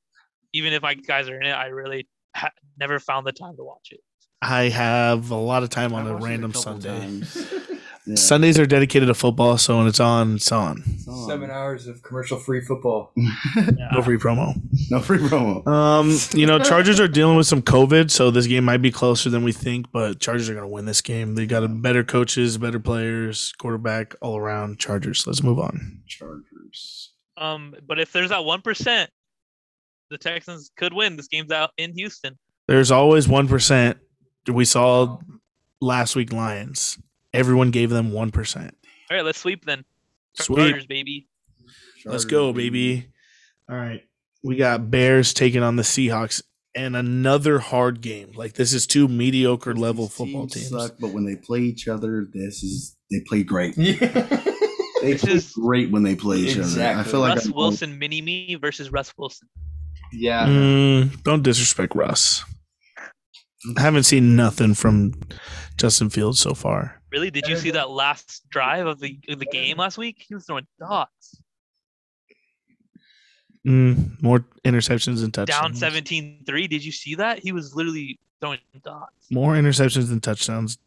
Speaker 3: Even if my guys are in it, I really ha- never found the time to watch it.
Speaker 1: I have a lot of time
Speaker 2: I
Speaker 1: on a
Speaker 2: watched it
Speaker 1: random
Speaker 2: couple
Speaker 1: Sunday.
Speaker 2: times. Yeah.
Speaker 1: Sundays are dedicated to football, so when it's on, it's on.
Speaker 2: Song.
Speaker 4: Seven hours of commercial free football.
Speaker 2: Ah.
Speaker 1: No free promo.
Speaker 2: No free promo.
Speaker 1: Um, you know, Chargers are dealing with some COVID, so this game might be closer than we think, but Chargers are going to win this game. They got a better coaches, better players, quarterback, all around Chargers. Let's move on.
Speaker 2: Chargers.
Speaker 3: Um, but if there's that one percent, the Texans could win. This game's out in Houston.
Speaker 1: There's always 1%. We saw last week Lions. Everyone gave them 1%.
Speaker 3: All right, let's sweep then.
Speaker 1: Sweet.
Speaker 3: Chargers, baby.
Speaker 1: Let's go, baby. All right. We got Bears taking on the Seahawks and another hard game. Like this is two mediocre level
Speaker 2: These
Speaker 1: football teams.
Speaker 2: Suck, but when they play each other, this is they play great.
Speaker 4: Yeah.
Speaker 2: They
Speaker 3: This
Speaker 2: play
Speaker 3: is-
Speaker 2: great when they play each other. I
Speaker 4: Exactly.
Speaker 2: feel like
Speaker 3: Russ
Speaker 2: I'm-
Speaker 3: Wilson, mini me versus Russ Wilson.
Speaker 4: yeah.
Speaker 1: Mm, don't disrespect Russ. I haven't seen nothing from Justin Fields so far.
Speaker 3: Really? Did you see that last drive of the of the game last week? He was throwing dots.
Speaker 1: Mm, more interceptions than touchdowns.
Speaker 3: Down 17-3. Did you see that? He was literally throwing dots.
Speaker 1: More interceptions than touchdowns.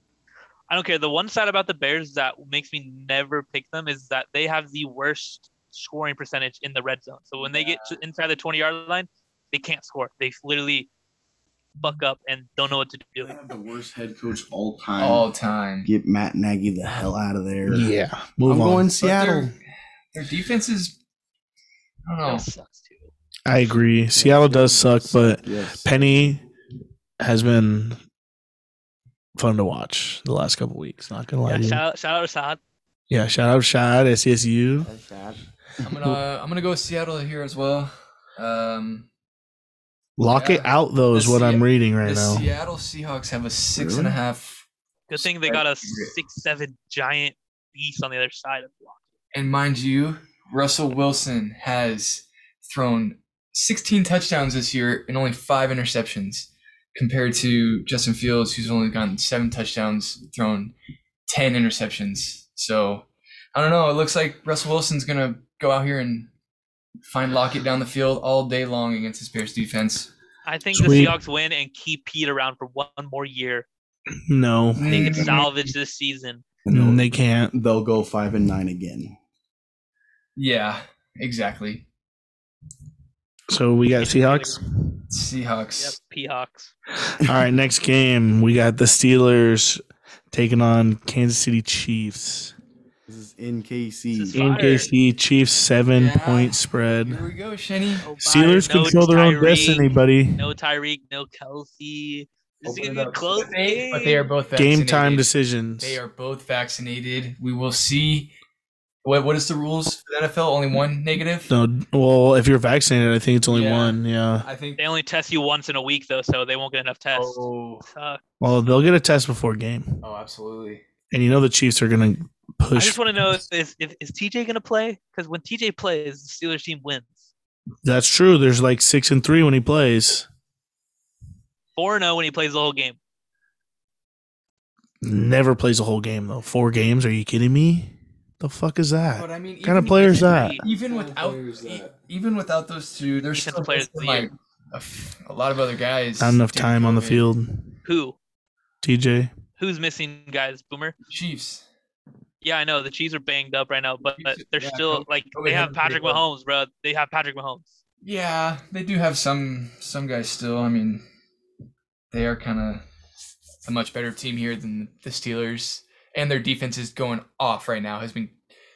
Speaker 3: I don't care. The one side about the Bears that makes me never pick them is that they have the worst scoring percentage in the red zone. So when they get to inside the 20-yard line, they can't score. They literally buck up and don't know what to do.
Speaker 2: They
Speaker 1: Oh.
Speaker 2: have the worst head coach all time.
Speaker 4: All time.
Speaker 2: Get Matt Nagy the hell out of there.
Speaker 1: Yeah,
Speaker 2: I'm
Speaker 1: move on.
Speaker 2: going
Speaker 4: But their-
Speaker 2: Seattle.
Speaker 4: Their defense is. I
Speaker 3: That
Speaker 4: don't
Speaker 3: sucks too.
Speaker 1: I agree. Seattle does suck, but
Speaker 2: yes.
Speaker 1: Penny has been fun to watch the last couple weeks. Not gonna lie.
Speaker 3: Yeah,
Speaker 1: to you.
Speaker 3: shout out, shout out, Saad.
Speaker 1: yeah shout out Shad E SSU.
Speaker 4: know. I'm gonna I'm gonna go Seattle here as well. Um,
Speaker 1: Lock it
Speaker 4: Yeah.
Speaker 1: out though is
Speaker 4: The
Speaker 1: what
Speaker 4: Se-
Speaker 1: I'm reading right
Speaker 4: the
Speaker 1: now.
Speaker 4: Seattle Seahawks have a six
Speaker 2: Really?
Speaker 4: and a half
Speaker 3: Good thing they got a six seven giant beast on the other side of the block.
Speaker 4: And mind you, Russell Wilson has thrown 16 touchdowns this year and only five interceptions, compared to Justin Fields, who's only gotten seven touchdowns, thrown 10 interceptions. So I don't know. It looks like Russell Wilson's gonna go out here and find Lockett down the field all day long against this Bears defense.
Speaker 3: I think
Speaker 1: Sweet.
Speaker 3: the Seahawks win and keep Pete around for one more year.
Speaker 1: No,
Speaker 3: They can salvage this season.
Speaker 2: And they'll-
Speaker 1: they can't.
Speaker 2: they'll go five and nine again.
Speaker 4: Yeah, exactly.
Speaker 1: So we got Seahawks.
Speaker 4: Seahawks.
Speaker 3: Yep, Seahawks.
Speaker 1: All right, next game we got the Steelers taking on Kansas City Chiefs.
Speaker 2: This is NKC.
Speaker 3: This is fire.
Speaker 1: NKC Chiefs seven
Speaker 4: Yeah.
Speaker 1: point spread.
Speaker 4: Here we go, Shenny.
Speaker 1: Steelers
Speaker 3: Oh, No
Speaker 1: control their own
Speaker 3: Tyreek,
Speaker 1: destiny, buddy.
Speaker 3: No Tyreek, no Kelsey. This is
Speaker 4: Open
Speaker 3: gonna
Speaker 4: it
Speaker 3: be a
Speaker 4: up.
Speaker 3: close game.
Speaker 4: But they are both
Speaker 1: Game time
Speaker 4: vaccinated.
Speaker 1: decisions.
Speaker 4: They are both vaccinated. We will see. What what is the rules for the NFL? Only one negative.
Speaker 1: No, well, if you're vaccinated, I think it's only
Speaker 4: Yeah.
Speaker 1: one. Yeah.
Speaker 4: I think.
Speaker 3: They only test you once in a week though, so they won't get enough tests.
Speaker 4: Oh,
Speaker 3: Suck.
Speaker 1: Well, they'll get a test before game,
Speaker 4: oh, absolutely.
Speaker 1: and you know the Chiefs are gonna
Speaker 3: I
Speaker 1: push.
Speaker 3: just want to know if, if, if is TJ gonna play? Because when TJ plays, the Steelers team wins.
Speaker 1: That's true. There's like six and three when he plays.
Speaker 3: Four zero when he plays the whole game.
Speaker 1: Never plays a whole game though. Four games? Are you kidding me? The fuck is
Speaker 4: But
Speaker 1: that?
Speaker 4: I mean,
Speaker 1: kind
Speaker 4: even-
Speaker 1: of player's that?
Speaker 3: Three.
Speaker 4: Even
Speaker 2: What
Speaker 4: without,
Speaker 2: player is
Speaker 4: e-
Speaker 2: that?
Speaker 4: even without those two, there's
Speaker 3: Defensive
Speaker 4: still
Speaker 3: player of the
Speaker 4: like
Speaker 3: year.
Speaker 4: a, f- a lot of other guys.
Speaker 1: Not enough
Speaker 4: due to
Speaker 1: time on the
Speaker 4: COVID.
Speaker 1: field.
Speaker 3: Who?
Speaker 1: TJ.
Speaker 3: Who's missing guys? Boomer.
Speaker 4: Chiefs.
Speaker 3: Yeah, I know the Chiefs are banged up right now, but, but they're
Speaker 4: Yeah,
Speaker 3: still
Speaker 4: Kobe-
Speaker 3: like
Speaker 4: Kobe
Speaker 3: they have
Speaker 4: Hemingway
Speaker 3: Patrick
Speaker 4: was-
Speaker 3: Mahomes, bro. They have Patrick Mahomes.
Speaker 4: Yeah, they do have some some guys still. I mean, they are kind of a much better team here than the Steelers, and their defense is going off right now. Has been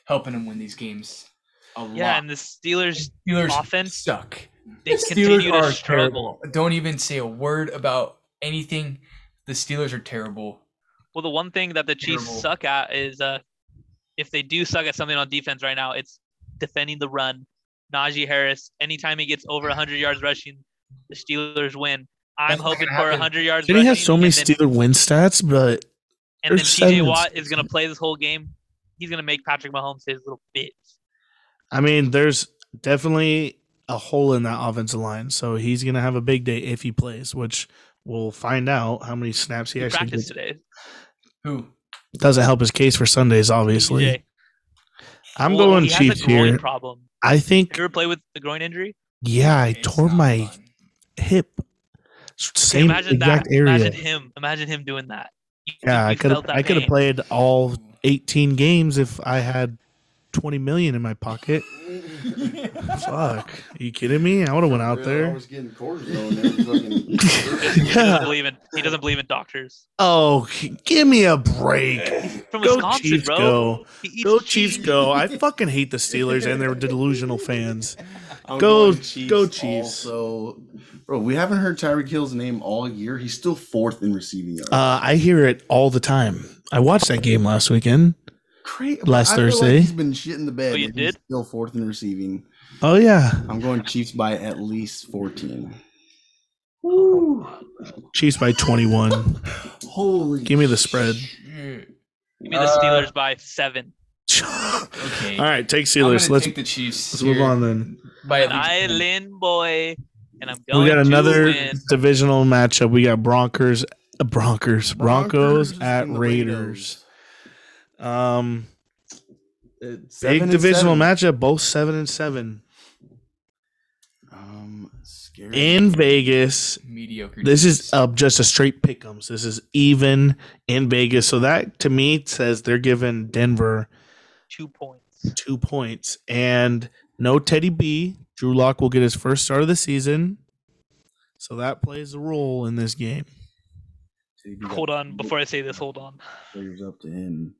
Speaker 4: helping them win these games a lot.
Speaker 3: Yeah, and the Steelers
Speaker 4: Steelers
Speaker 3: offense
Speaker 4: suck.
Speaker 3: they continue to struggle.
Speaker 4: terrible. Don't even say a word about anything. The Steelers are terrible.
Speaker 3: Well, the one thing that the Chiefs
Speaker 4: Terrible.
Speaker 3: suck at is uh, if they do suck at something on defense right now, it's defending the run. Najee Harris, anytime he gets over 100 yards rushing, the Steelers win. I'm
Speaker 4: That's not
Speaker 3: hoping
Speaker 4: gonna
Speaker 3: for
Speaker 4: happen.
Speaker 3: 100 yards.
Speaker 1: Didn't he have
Speaker 3: rushing,
Speaker 1: so many
Speaker 3: and then,
Speaker 1: Steeler win stats, but
Speaker 3: And then
Speaker 1: there's
Speaker 3: TJ
Speaker 1: seven.
Speaker 3: Watt is going to play this whole game. He's going to make Patrick Mahomes his little bitch.
Speaker 1: I mean, there's definitely a hole in that offensive line. So he's gonna have a big day if he plays, which we'll find out how many snaps he
Speaker 3: He
Speaker 1: actually
Speaker 3: practiced
Speaker 1: gets.
Speaker 3: today.
Speaker 4: Who?
Speaker 1: doesn't help his case for Sundays, obviously.
Speaker 3: TJ.
Speaker 1: I'm
Speaker 3: Well,
Speaker 1: going
Speaker 3: he has a
Speaker 1: Chiefs
Speaker 3: groin
Speaker 1: here.
Speaker 3: problem.
Speaker 1: I think
Speaker 3: Did you ever play with the groin injury?
Speaker 1: yeah, I
Speaker 4: It's
Speaker 1: tore
Speaker 4: not
Speaker 1: my
Speaker 4: fun.
Speaker 1: hip. S-
Speaker 3: Okay,
Speaker 1: Same
Speaker 3: imagine
Speaker 1: exact
Speaker 3: that.
Speaker 1: area.
Speaker 3: Imagine him. Imagine him doing that. You-
Speaker 1: yeah,
Speaker 3: you
Speaker 1: I could have
Speaker 3: felt that
Speaker 1: I could have
Speaker 3: pain.
Speaker 1: played all 18 games if I had 20 million in my pocket. Fuck. Are you kidding me? I would have went out
Speaker 2: I
Speaker 1: there.
Speaker 2: was getting cortisone every fucking.
Speaker 3: He doesn't
Speaker 1: Yeah.
Speaker 3: believe in. He doesn't believe in doctors.
Speaker 1: Oh, g- give me a break.
Speaker 3: from
Speaker 1: Go
Speaker 3: Wisconsin,
Speaker 1: Chiefs
Speaker 3: bro.
Speaker 1: go.
Speaker 3: He eats
Speaker 1: Go Chiefs
Speaker 3: cheese.
Speaker 1: go. I fucking hate the Steelers and their delusional fans.
Speaker 2: I'm
Speaker 1: Go-
Speaker 2: going
Speaker 1: go Chiefs.
Speaker 2: Also, bro, we haven't heard Tyreek Hill's name all year. He's still fourth in receiving yards.
Speaker 1: Uh, I hear it all the time. I watched that game last weekend.
Speaker 2: Cra-
Speaker 1: last
Speaker 2: I feel like
Speaker 1: Thursday.
Speaker 2: he's been shit in the bed.
Speaker 3: Oh, you
Speaker 2: and he's
Speaker 3: did?
Speaker 2: Still fourth in receiving.
Speaker 1: Oh yeah.
Speaker 2: I'm going Chiefs by at least 14.
Speaker 1: Chiefs by 21.
Speaker 2: Holy.
Speaker 1: Give me the spread.
Speaker 4: Shoot.
Speaker 3: Give me the
Speaker 4: Uh,
Speaker 3: Steelers by seven.
Speaker 1: All
Speaker 4: Okay.
Speaker 1: right, take
Speaker 4: I'm
Speaker 1: Steelers.
Speaker 4: gonna
Speaker 1: Let's
Speaker 4: take the Chiefs.
Speaker 1: let's move
Speaker 4: here
Speaker 1: on then.
Speaker 4: By at
Speaker 3: An
Speaker 4: least ten.
Speaker 3: island boy, and I'm going.
Speaker 1: We got
Speaker 3: to
Speaker 1: another
Speaker 3: win.
Speaker 1: divisional matchup. We got Broncos, uh, Broncos, Broncos, at
Speaker 2: and the
Speaker 1: Raiders. Um,
Speaker 2: Seven
Speaker 1: big
Speaker 2: and
Speaker 1: divisional
Speaker 2: seven.
Speaker 1: matchup. Both seven and seven
Speaker 2: Um, scary.
Speaker 1: in Vegas.
Speaker 4: mediocre.
Speaker 1: This is
Speaker 4: defense.
Speaker 1: uh, just a straight pick'ems. This is even in Vegas. So that to me says they're giving Denver
Speaker 3: two points.
Speaker 1: two points. And no Teddy B. Drew Lock will get his first start of the season. So that plays a role in this game.
Speaker 3: Hold on, before I say this, hold on.
Speaker 2: Raiders up to him.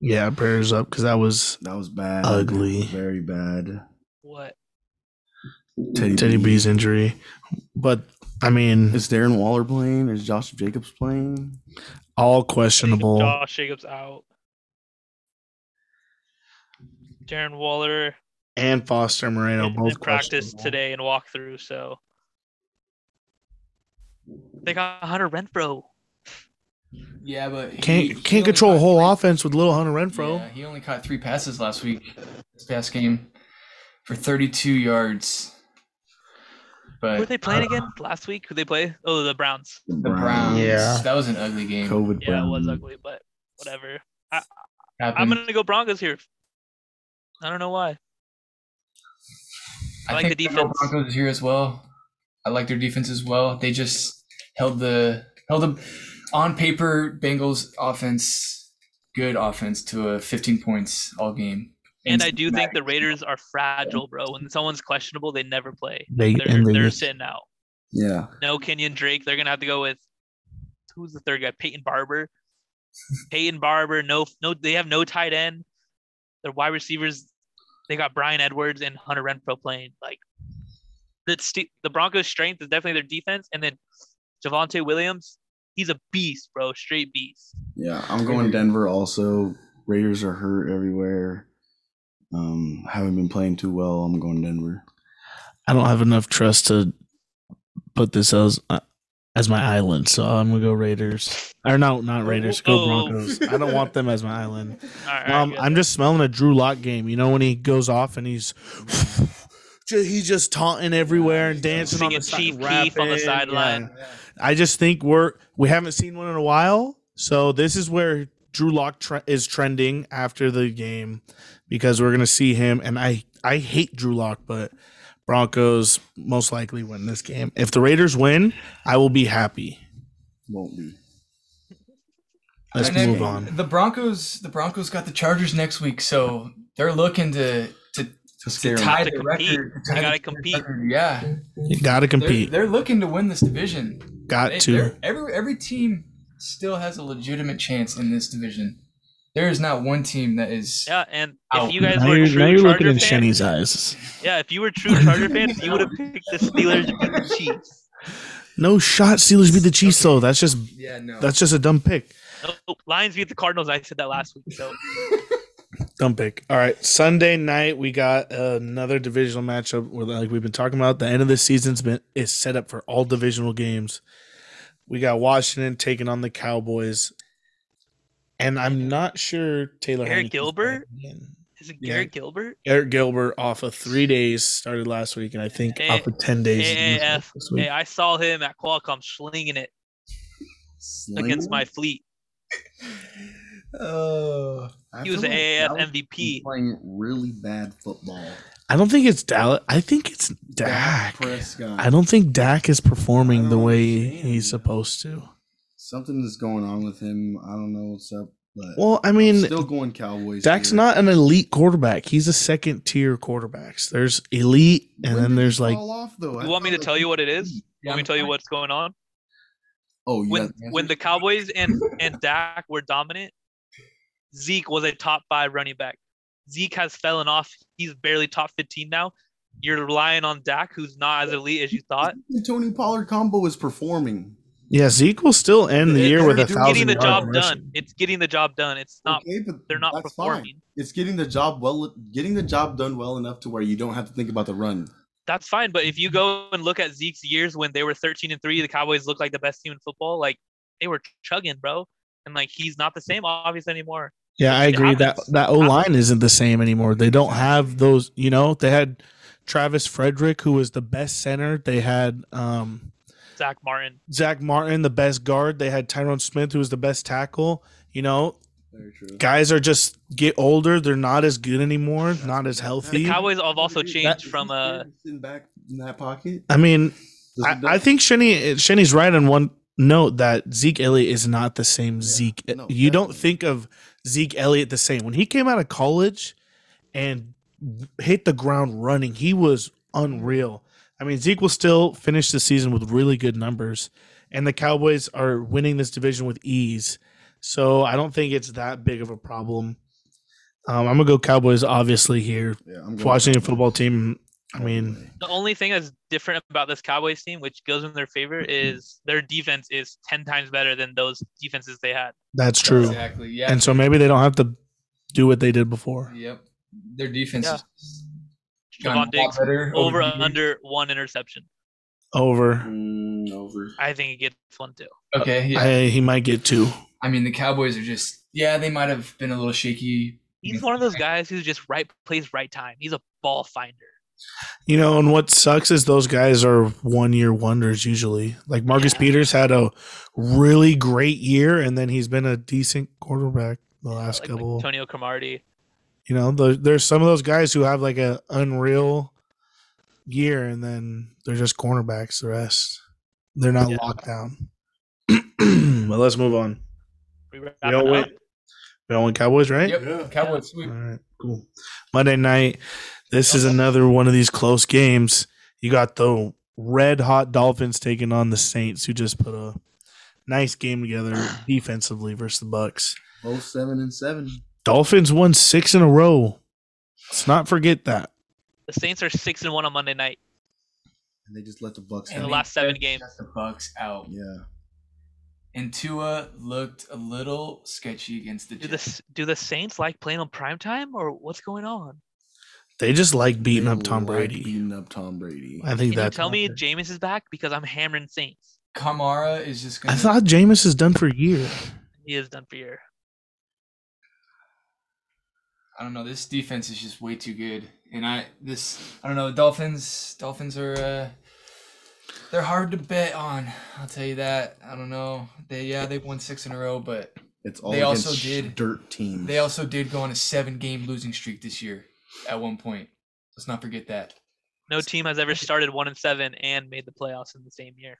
Speaker 1: Yeah, prayers up because that was
Speaker 2: That was bad.
Speaker 1: Ugly.
Speaker 2: Very bad.
Speaker 3: What?
Speaker 2: Teddy,
Speaker 1: Teddy
Speaker 2: B.
Speaker 1: B's injury. But I mean,
Speaker 2: Is Darren Waller playing? Is Josh Jacobs playing?
Speaker 1: all
Speaker 3: Jacob-
Speaker 1: questionable.
Speaker 3: Josh Jacobs out. Darren Waller
Speaker 1: And Foster Moreno
Speaker 3: in,
Speaker 1: both
Speaker 3: in practice
Speaker 1: questionable.
Speaker 3: today and walkthrough, so they got Hunter Renfro.
Speaker 4: Yeah, but he-
Speaker 1: Can't
Speaker 4: he
Speaker 1: can't
Speaker 4: only
Speaker 1: control a
Speaker 4: caught
Speaker 1: whole
Speaker 4: three-
Speaker 1: offense with little Hunter Renfro.
Speaker 4: Yeah, he only caught three passes last week, this past game, for 32 yards. But
Speaker 3: Who are they playing again last week? Who they play? Oh, the Browns.
Speaker 4: the Browns,
Speaker 1: Yeah.
Speaker 4: that was an ugly game.
Speaker 2: COVID
Speaker 3: Yeah, it was
Speaker 2: Browns.
Speaker 3: ugly, but whatever. I'm
Speaker 4: Happened.
Speaker 3: gonna go Broncos here. I don't know why. I like
Speaker 4: think
Speaker 3: the
Speaker 4: Denver
Speaker 3: defense.
Speaker 4: Broncos is here as well. I like their defense as well. They just held the held the on paper Bengals offense, good offense, to a 15 points all game.
Speaker 3: And I do think the Raiders are fragile, bro. When someone's questionable, they never play.
Speaker 1: They
Speaker 3: They're
Speaker 1: and they
Speaker 3: they're
Speaker 1: just-
Speaker 3: sitting out.
Speaker 2: Yeah.
Speaker 3: No Kenyon Drake. They're gonna have to go with who's the third guy? Peyton Barber. Peyton Barber. No, no. They have no tight end. Their wide receivers. They got Brian Edwards and Hunter Renfro playing. Like the st- the Broncos' strength is definitely their defense, and then Javante Williams. He's a beast, bro. Straight beast.
Speaker 2: Yeah, I'm going Denver also. Raiders are hurt everywhere. Um, haven't been playing too well. I'm going Denver.
Speaker 1: I don't have enough trust to put this as uh, as my island, so I'm gonna go Raiders. Or no, not Raiders. Go
Speaker 3: Oh.
Speaker 1: Broncos. I don't want them as my island.
Speaker 3: All right, all right,
Speaker 1: Um,
Speaker 3: good.
Speaker 1: I'm just smelling a Drew Lock game. You know when he goes off and he's ju- he's just taunting everywhere and dancing on
Speaker 3: Singing
Speaker 1: the side,
Speaker 3: Chief Keef on the
Speaker 1: rapping,
Speaker 3: sideline.
Speaker 1: yeah. I just think we're we haven't seen one in a while, so this is where Drew Lock tre- is trending after the game because we're gonna see him. And I I hate Drew Lock, but Broncos most likely win this game. If the Raiders win, I will be happy.
Speaker 2: Won't be.
Speaker 1: Let's
Speaker 4: And then
Speaker 1: move on.
Speaker 4: The Broncos, the Broncos got the Chargers next week, so they're looking to to,
Speaker 2: To
Speaker 4: to
Speaker 2: scare me.
Speaker 4: tie
Speaker 3: To
Speaker 4: the
Speaker 3: compete.
Speaker 4: record.
Speaker 3: They
Speaker 4: tie
Speaker 3: gotta
Speaker 4: the
Speaker 3: compete.
Speaker 4: record, Yeah,
Speaker 1: You gotta
Speaker 4: they're,
Speaker 1: compete.
Speaker 4: they're looking to win this division. They-
Speaker 1: Got to.
Speaker 4: they're- every every team still has a legitimate chance in this division. There is not one team that is.
Speaker 3: Yeah, and
Speaker 4: Ow.
Speaker 3: if you guys were true Charger fans,
Speaker 1: eyes.
Speaker 3: yeah, if you were true Charger fans, you would have picked the Steelers and the Chiefs.
Speaker 1: No shot. Steelers beat the Chiefs though. That's just
Speaker 4: Yeah, no.
Speaker 1: that's just a dumb pick.
Speaker 3: Nope, Lions beat the Cardinals. I said that last week. So
Speaker 1: Dumb pick. All right. Sunday night we got another divisional matchup where like we've been talking about. The end of the season's been is set up for all divisional games. We got Washington taking on the Cowboys. And I'm not sure Taylor
Speaker 3: Eric
Speaker 1: Heineke's
Speaker 3: Gilbert?
Speaker 1: back again.
Speaker 3: is it
Speaker 1: Yeah.
Speaker 3: Garrett Gilbert?
Speaker 1: Eric Gilbert off of three days started last week, and I think
Speaker 3: Hey,
Speaker 1: off of ten days.
Speaker 3: hey, hey,
Speaker 1: this
Speaker 3: Hey,
Speaker 1: week.
Speaker 3: I saw him at Qualcomm slinging it against my fleet.
Speaker 4: Oh.
Speaker 2: I
Speaker 3: He was
Speaker 2: feel
Speaker 3: the
Speaker 2: like
Speaker 3: AAF
Speaker 2: Dallas is
Speaker 3: MVP.
Speaker 2: Playing really bad football.
Speaker 1: I don't think it's Dallas. I think it's Dak.
Speaker 2: Prescott.
Speaker 1: I don't think Dak is
Speaker 2: I
Speaker 1: performing
Speaker 2: don't
Speaker 1: the way
Speaker 2: understand.
Speaker 1: he's supposed to.
Speaker 2: Something is going on with him. I don't know what's up, but
Speaker 1: Well, I
Speaker 2: I'm
Speaker 1: mean,
Speaker 2: still going Cowboys.
Speaker 1: Dak's
Speaker 2: here.
Speaker 1: not an elite quarterback. He's a second tier quarterback. There's elite, and
Speaker 2: When
Speaker 1: then
Speaker 2: did
Speaker 1: there's
Speaker 2: he
Speaker 1: like
Speaker 2: fall off, though? I
Speaker 3: You want me to
Speaker 2: thought
Speaker 3: tell
Speaker 2: that-
Speaker 3: you what it is?
Speaker 4: Yeah,
Speaker 3: Let me
Speaker 4: I'm
Speaker 3: tell you
Speaker 4: fine.
Speaker 3: what's going on.
Speaker 2: Oh, you
Speaker 3: When
Speaker 2: got the
Speaker 3: when the Cowboys and and Dak were dominant, Zeke was a top five running back. Zeke has fallen off. He's barely top fifteen now. You're relying on Dak, who's not as elite as you thought.
Speaker 2: the Tony Pollard combo is performing.
Speaker 1: yeah, Zeke will still end the
Speaker 2: It-
Speaker 1: year
Speaker 2: they're
Speaker 1: with a
Speaker 2: doing-
Speaker 1: thousand.
Speaker 3: Getting the
Speaker 1: yard
Speaker 3: job
Speaker 1: rushing.
Speaker 3: done. It's getting the job done. It's not.
Speaker 2: okay, but
Speaker 3: They're not
Speaker 2: that's fine.
Speaker 3: performing.
Speaker 2: It's getting the job well, getting the job done well enough to where you don't have to think about the run.
Speaker 3: that's fine. But if you go and look at Zeke's years when they were 13 and three, the Cowboys looked like the best team in football. Like they were chugging, bro. And like he's not the same obvious anymore.
Speaker 1: Yeah, I
Speaker 3: It
Speaker 1: agree that
Speaker 3: happens.
Speaker 1: that O line isn't the same anymore. They don't have those. You know, they had Travis Frederick, who was the best center. They had um,
Speaker 3: Zach Martin.
Speaker 1: Zach Martin, the best guard. They had Tyrone Smith, who was the best tackle. You know,
Speaker 2: Very true.
Speaker 1: guys are just get older. They're not as good anymore, not as
Speaker 3: The
Speaker 1: healthy.
Speaker 3: Cowboys have also changed
Speaker 2: Is
Speaker 3: from
Speaker 2: he
Speaker 3: uh
Speaker 2: sitting back in that pocket.
Speaker 1: I mean,
Speaker 2: Does
Speaker 1: I,
Speaker 2: it-
Speaker 1: I think Shenny Shenny's right on one note that Zeke Elliott is not the same Zeke.
Speaker 2: no,
Speaker 1: you don't
Speaker 2: definitely.
Speaker 1: think of Zeke Elliott the same when he came out of college and hit the ground running. He was unreal. I mean, Zeke will still finish the season with really good numbers, and the Cowboys are winning this division with ease. So I don't think it's that big of a problem. Um, I'm gonna go Cowboys, obviously here.
Speaker 2: Yeah, I'm going-
Speaker 1: Washington football team. I mean,
Speaker 3: the only thing that's different about this Cowboys team, which goes in their favor, is their defense is 10 times better than those defenses they had.
Speaker 1: that's true.
Speaker 4: Exactly. Yeah.
Speaker 1: And so maybe they don't have to do what they did before.
Speaker 4: yep. Their defense
Speaker 3: Yeah.
Speaker 4: is
Speaker 3: Javon Diggs
Speaker 4: better
Speaker 3: over
Speaker 4: the years.
Speaker 3: under one interception.
Speaker 1: Over.
Speaker 4: Mm, over.
Speaker 3: I think he gets one too.
Speaker 4: Okay. Yeah.
Speaker 1: I, he might get two.
Speaker 4: I mean, the Cowboys are just, yeah, they might have been a little shaky.
Speaker 3: He's one of those guys who's just right place, right time. He's a ball finder.
Speaker 1: You know, and what sucks is those guys are one year wonders usually. Like Marcus
Speaker 3: Yeah.
Speaker 1: Peters had a really great year, and then he's been a decent quarterback the last
Speaker 3: Like
Speaker 1: couple.
Speaker 3: Antonio Cromartie.
Speaker 1: you know, the, there's some of those guys who have like a unreal year, and then they're just cornerbacks. The rest, they're not
Speaker 3: Yeah.
Speaker 1: locked down. but let's move on.
Speaker 3: We
Speaker 1: We all
Speaker 3: wrapping up?
Speaker 1: went. We all went Cowboys, right?
Speaker 4: Yep. Cowboys sweep.
Speaker 1: All right, cool. Monday night. This is another one of these close games. You got the red hot Dolphins taking on the Saints, who just put a nice game together defensively versus the Bucks.
Speaker 2: Both Oh, seven and seven.
Speaker 1: Dolphins won six in a row. Let's not forget that.
Speaker 3: The Saints are six and one on Monday night
Speaker 2: And they just let the Bucks
Speaker 3: in
Speaker 4: And
Speaker 3: the
Speaker 2: have
Speaker 4: they-
Speaker 2: it.
Speaker 3: last seven games.
Speaker 4: Shut the Bucks out.
Speaker 2: Yeah.
Speaker 4: And Tua looked a little sketchy against the
Speaker 3: Do the
Speaker 4: Jets.
Speaker 3: S- do the Saints like playing on prime time or what's going on?
Speaker 1: They just like beating
Speaker 2: They
Speaker 1: up Tom
Speaker 2: like
Speaker 1: Brady.
Speaker 2: Beating up Tom Brady.
Speaker 1: I think
Speaker 3: Can you
Speaker 1: that's.
Speaker 3: tell me Jameis is back because I'm hammering Saints.
Speaker 4: Kamara is just gonna.
Speaker 1: I thought Jameis is done for a year.
Speaker 3: He is done for year.
Speaker 4: I don't know. This defense is just way too good, and I this I don't know. The Dolphins Dolphins are uh, they're hard to bet on. I'll tell you that. I don't know. They yeah they won six in a row, but
Speaker 2: It's all
Speaker 4: They
Speaker 2: against
Speaker 4: also did-
Speaker 2: dirt teams.
Speaker 4: they also did go on a seven game losing streak this year. At one point, let's not forget that.
Speaker 3: No team has ever started one and seven and made the playoffs in the same year.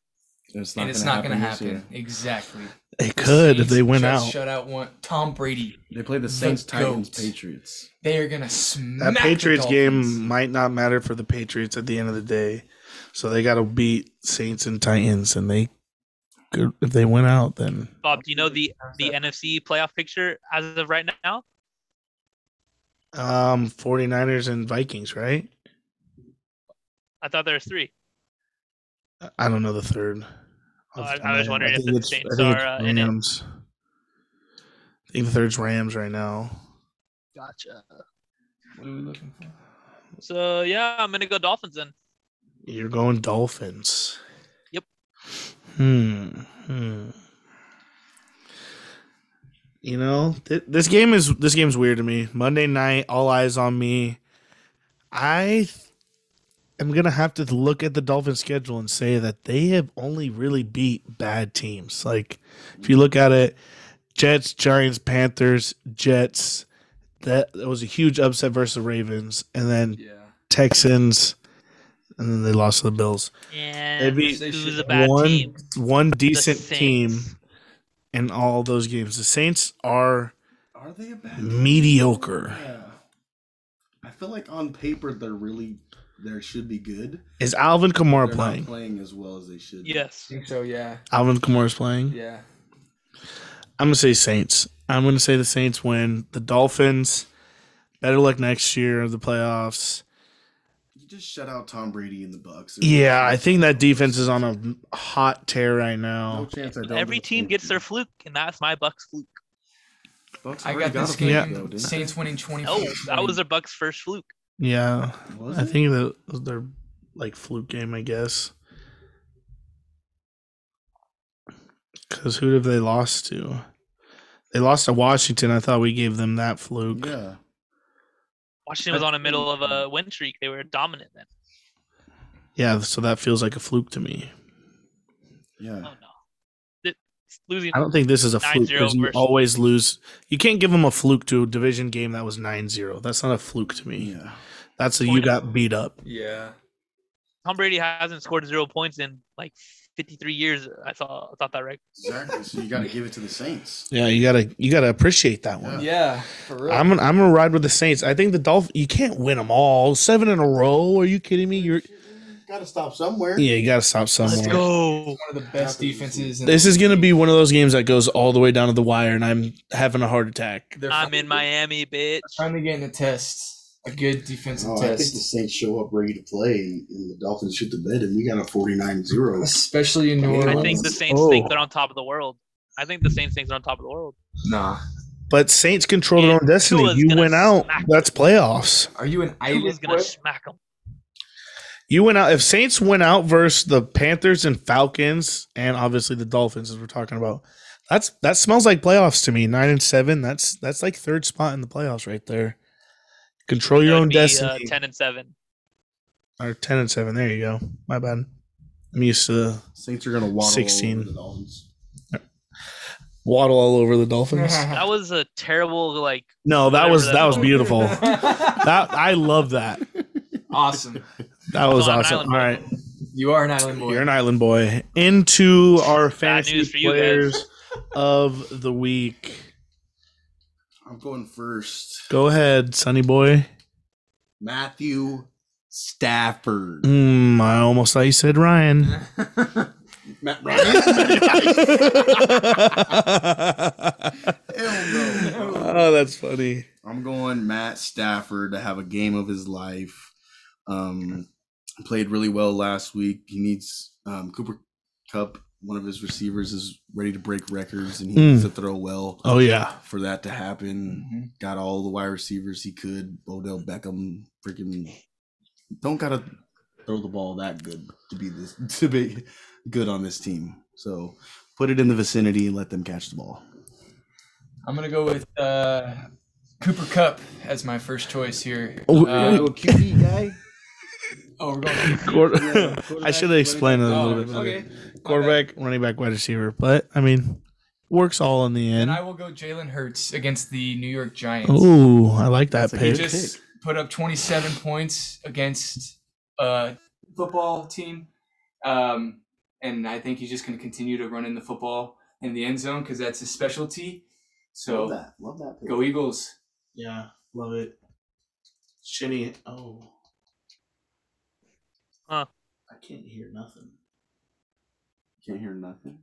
Speaker 2: it's
Speaker 4: and it's not going to
Speaker 2: this
Speaker 4: happen.
Speaker 2: year.
Speaker 4: Exactly.
Speaker 1: They
Speaker 4: The
Speaker 1: could if
Speaker 4: Saints
Speaker 1: they went
Speaker 4: just
Speaker 1: out.
Speaker 4: Shut out one Tom Brady.
Speaker 2: They play the
Speaker 4: The
Speaker 2: Saints, Titans,
Speaker 4: GOAT.
Speaker 2: Patriots.
Speaker 4: They are gonna smack
Speaker 1: That Patriots
Speaker 4: the Dolphins.
Speaker 1: game might not matter for the Patriots at the end of the day. So they got to beat Saints and Titans, and they could if they went out, then
Speaker 3: Bob, do you know the the NFC playoff picture as of right now?
Speaker 1: um 49ers and Vikings, right?
Speaker 3: I thought there was three.
Speaker 1: I don't know the third.
Speaker 3: Oh, I- I was wondering if
Speaker 1: think
Speaker 3: the
Speaker 1: it's-
Speaker 3: Saints
Speaker 1: I think
Speaker 3: are,
Speaker 1: it's
Speaker 3: uh, in it.
Speaker 1: Rams. I think the third's Rams right now.
Speaker 3: Gotcha.
Speaker 4: What are we looking for?
Speaker 3: So yeah, I'm gonna go Dolphins then.
Speaker 1: You're going Dolphins.
Speaker 3: Yep.
Speaker 1: Hmm. hmm. You know, th- this game is this game's weird to me. Monday night, all eyes on me. I th- am gonna have to look at the Dolphins' schedule and say that they have only really beat bad teams. Like, if you look at it, Jets, Giants, Panthers, Jets. That, that was a huge upset versus the Ravens, and then
Speaker 4: Yeah.
Speaker 1: Texans, and then they lost to the Bills.
Speaker 3: Yeah.
Speaker 1: They beat
Speaker 4: They
Speaker 3: Who's
Speaker 4: should-
Speaker 3: a bad
Speaker 1: one
Speaker 3: team?
Speaker 1: one decent
Speaker 3: Saints.
Speaker 1: team in all those games. The Saints are
Speaker 2: Are they a bad
Speaker 1: mediocre.
Speaker 2: Yeah. I feel like on paper they're really they should be good.
Speaker 1: Is Alvin Kamara
Speaker 2: They're
Speaker 1: playing?
Speaker 2: not playing as well as they should. be.
Speaker 4: I
Speaker 3: Yes.
Speaker 4: think so. Yeah.
Speaker 1: Alvin Kamara's playing.
Speaker 4: Yeah.
Speaker 1: I'm gonna say Saints. I'm gonna say the Saints win. The Dolphins. Better luck next year of the playoffs.
Speaker 2: You just shut out Tom Brady and the Bucks. There's no
Speaker 1: Yeah, I
Speaker 2: chance
Speaker 1: think
Speaker 2: I
Speaker 1: that
Speaker 2: don't-
Speaker 1: defense is on a hot tear right now.
Speaker 2: No chance. I don't.
Speaker 3: Every
Speaker 2: think
Speaker 3: team
Speaker 2: they
Speaker 3: gets
Speaker 2: do.
Speaker 3: their fluke, and that's my Bucks fluke.
Speaker 2: Bucks
Speaker 4: I
Speaker 2: already
Speaker 4: got this
Speaker 2: a fluke,
Speaker 4: game.
Speaker 2: though, didn't
Speaker 4: Saints winning 24.
Speaker 3: No, Oh, that was their Bucks first fluke.
Speaker 1: Yeah,
Speaker 2: they? Was
Speaker 1: I
Speaker 2: it?
Speaker 1: think that was their like fluke game, I guess. Because who have they lost to? They lost to Washington. I thought we gave them that fluke.
Speaker 2: Yeah.
Speaker 3: Washington was on a middle of a win streak. They were dominant then.
Speaker 1: Yeah, so that feels like a fluke to me.
Speaker 2: Yeah.
Speaker 3: Oh no. Th- Losing
Speaker 1: I don't think this is a fluke
Speaker 3: 9-0
Speaker 1: because you
Speaker 3: versus-
Speaker 1: always lose. You can't give them a fluke to a division game that was 9-0. That's not a fluke to me.
Speaker 2: Yeah.
Speaker 1: That's a you got beat up.
Speaker 4: Yeah.
Speaker 3: Tom Brady hasn't scored zero points in like 53 years. I saw I thought that right.
Speaker 2: Exactly. So you got to give it to the Saints.
Speaker 1: Yeah, you gotta you gotta appreciate that one.
Speaker 2: Yeah.
Speaker 4: Yeah. For real.
Speaker 1: I'm gonna, I'm gonna ride with the Saints. I think the Dolphins. You can't win them all. Seven in a row. Are you kidding me? You're
Speaker 2: Got to stop somewhere.
Speaker 1: yeah. You gotta stop
Speaker 3: Let's
Speaker 1: somewhere.
Speaker 3: go.
Speaker 4: one of the best defenses. In
Speaker 1: This is gonna be one of those games that goes all the way down to the wire, and I'm having a heart attack.
Speaker 4: They're
Speaker 3: I'm
Speaker 4: finally-
Speaker 3: in Miami, bitch.
Speaker 4: Finally getting a test, a good defensive
Speaker 2: Oh, I think the
Speaker 4: test,
Speaker 2: Saints show up ready to play, and the Dolphins shoot the bed, and we got a 49-0.
Speaker 4: especially in New
Speaker 2: I
Speaker 4: Orleans.
Speaker 3: I think the Saints
Speaker 4: Oh.
Speaker 3: think they're on top of the world. I think the Saints think they're on top of the world.
Speaker 4: Oh. nah.
Speaker 1: But Saints control their own
Speaker 3: And
Speaker 1: destiny.
Speaker 3: Tua's
Speaker 1: You
Speaker 3: gonna
Speaker 1: went out.
Speaker 3: smack
Speaker 1: That's playoffs.
Speaker 4: Are you an
Speaker 3: Who's
Speaker 4: island?
Speaker 3: gonna
Speaker 4: boy?
Speaker 3: smack them?
Speaker 1: You went out. If Saints went out versus the Panthers and Falcons, and obviously the Dolphins, as we're talking about, that's that smells like playoffs to me. Nine and seven. That's that's like third spot in the playoffs right there. Control your
Speaker 3: That would
Speaker 1: own
Speaker 3: be, Uh,
Speaker 1: destiny.
Speaker 3: Ten and seven.
Speaker 1: or ten and seven. There you go. My bad. I'm used to
Speaker 2: Saints are gonna waddle
Speaker 1: 16.
Speaker 2: 16. the Dolphins.
Speaker 1: waddle all over the Dolphins.
Speaker 3: That was a terrible like.
Speaker 1: No, that was that was beautiful. That
Speaker 4: That-
Speaker 1: I love that.
Speaker 4: awesome.
Speaker 1: That was
Speaker 3: I'm an
Speaker 1: awesome. All
Speaker 3: island boy.
Speaker 1: right,
Speaker 4: You are an island boy.
Speaker 1: you're an island boy. Into our fantasy
Speaker 3: news for you guys.
Speaker 1: players of the week.
Speaker 2: I'm going first.
Speaker 1: Go ahead, Sonny boy.
Speaker 2: Matthew Stafford.
Speaker 1: Mm, I almost thought you said Ryan. Mm.
Speaker 2: Matt Ryan. Hell no.
Speaker 1: oh, that's funny.
Speaker 2: I'm going Matt Stafford to have a game of his life. Um, played really well last week. He needs um, Cooper Cup, one of his receivers, is ready to break records, and he
Speaker 1: Mm.
Speaker 2: needs to throw well
Speaker 1: Oh yeah.
Speaker 2: for that to happen.
Speaker 4: Mhm.
Speaker 2: Got all the wide receivers he could. Odell Beckham, freaking, don't gotta throw the ball that good to be this to be good on this team. So put it in the vicinity and let them catch the ball.
Speaker 4: I'm gonna go with uh, Cooper Cup as my first choice here.
Speaker 1: Oh,
Speaker 4: Uh,
Speaker 2: Little QB guy.
Speaker 4: oh, we're going.
Speaker 1: I should have explained it a
Speaker 4: Oh,
Speaker 1: little bit. better.
Speaker 4: okay.
Speaker 1: Quarterback, running back, wide receiver, but I mean, works all in the
Speaker 4: And
Speaker 1: end.
Speaker 4: I will go Jalen Hurts against the New York Giants.
Speaker 1: Ooh, I like that
Speaker 2: That's a
Speaker 4: He
Speaker 2: good
Speaker 1: pick.
Speaker 4: just put up 27 points against a football team, um, and I think he's just going to continue to run in the football in the end zone because that's his specialty.
Speaker 2: Love
Speaker 4: So
Speaker 2: that. Love that. pick.
Speaker 4: go Eagles!
Speaker 1: Yeah, love it. Shinny. Oh.
Speaker 3: Huh.
Speaker 1: I can't hear nothing.
Speaker 2: Can't hear nothing.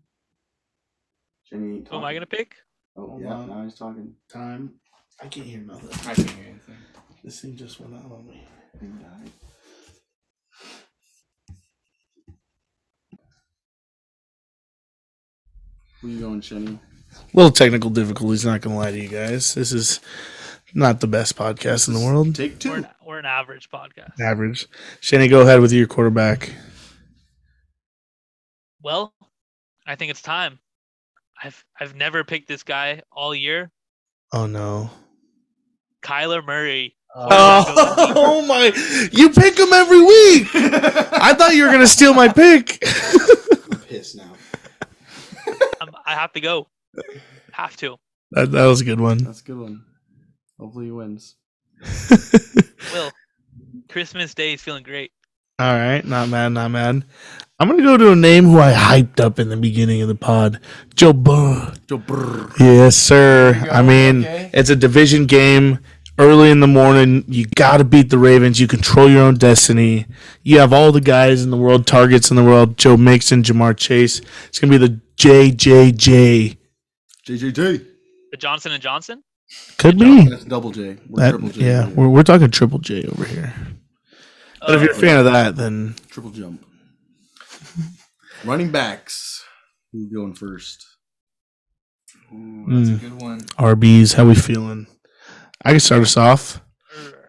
Speaker 2: Jimmy.
Speaker 3: Who am I gonna pick?
Speaker 2: Oh,
Speaker 1: Hold
Speaker 2: yeah,
Speaker 1: on.
Speaker 2: now he's talking.
Speaker 1: Time. I can't hear nothing.
Speaker 4: I can't hear anything.
Speaker 1: This thing just went out on me.
Speaker 2: He died. Where you going, Shinny?
Speaker 1: Little technical difficulties. Not gonna lie to you guys. This is not the best podcast in the world.
Speaker 2: Take
Speaker 3: We're
Speaker 2: two.
Speaker 3: an, we're an average podcast.
Speaker 1: Average. Shanny, go ahead with your quarterback.
Speaker 3: Well, I think it's time. I've I've never picked this guy all year.
Speaker 1: Oh no.
Speaker 3: Kyler Murray.
Speaker 1: Oh, my! You pick him every week. I thought you were gonna steal my pick.
Speaker 2: I'm pissed now.
Speaker 3: I'm, I have to go. Have to.
Speaker 1: that, that was a good one.
Speaker 2: That's a good one. Hopefully he wins.
Speaker 3: Will. Christmas Day is feeling great.
Speaker 1: All right, not mad, not mad. I'm gonna go to a name who I hyped up in the beginning of the pod, Joe Burrow. Yes, sir.
Speaker 4: you go.
Speaker 1: I mean,
Speaker 4: Okay.
Speaker 1: it's a division game. Early in the morning, you gotta beat the Ravens. You control your own destiny. You have all the guys in the world, targets in the world. Joe Mixon, Jamar Chase. It's gonna be the JJJ.
Speaker 2: JJJ.
Speaker 3: The Johnson and Johnson.
Speaker 1: Could be.
Speaker 2: That's double J. We're
Speaker 1: That-
Speaker 2: triple J.
Speaker 1: yeah, we're, we're talking triple J over here. But if
Speaker 3: Uh,
Speaker 1: you're a fan of that, then
Speaker 2: Triple jump. Running backs. Who going first?
Speaker 4: Ooh, that's a
Speaker 1: Mm.
Speaker 4: good one.
Speaker 1: RBs, how we feeling? I can start us off.
Speaker 3: er,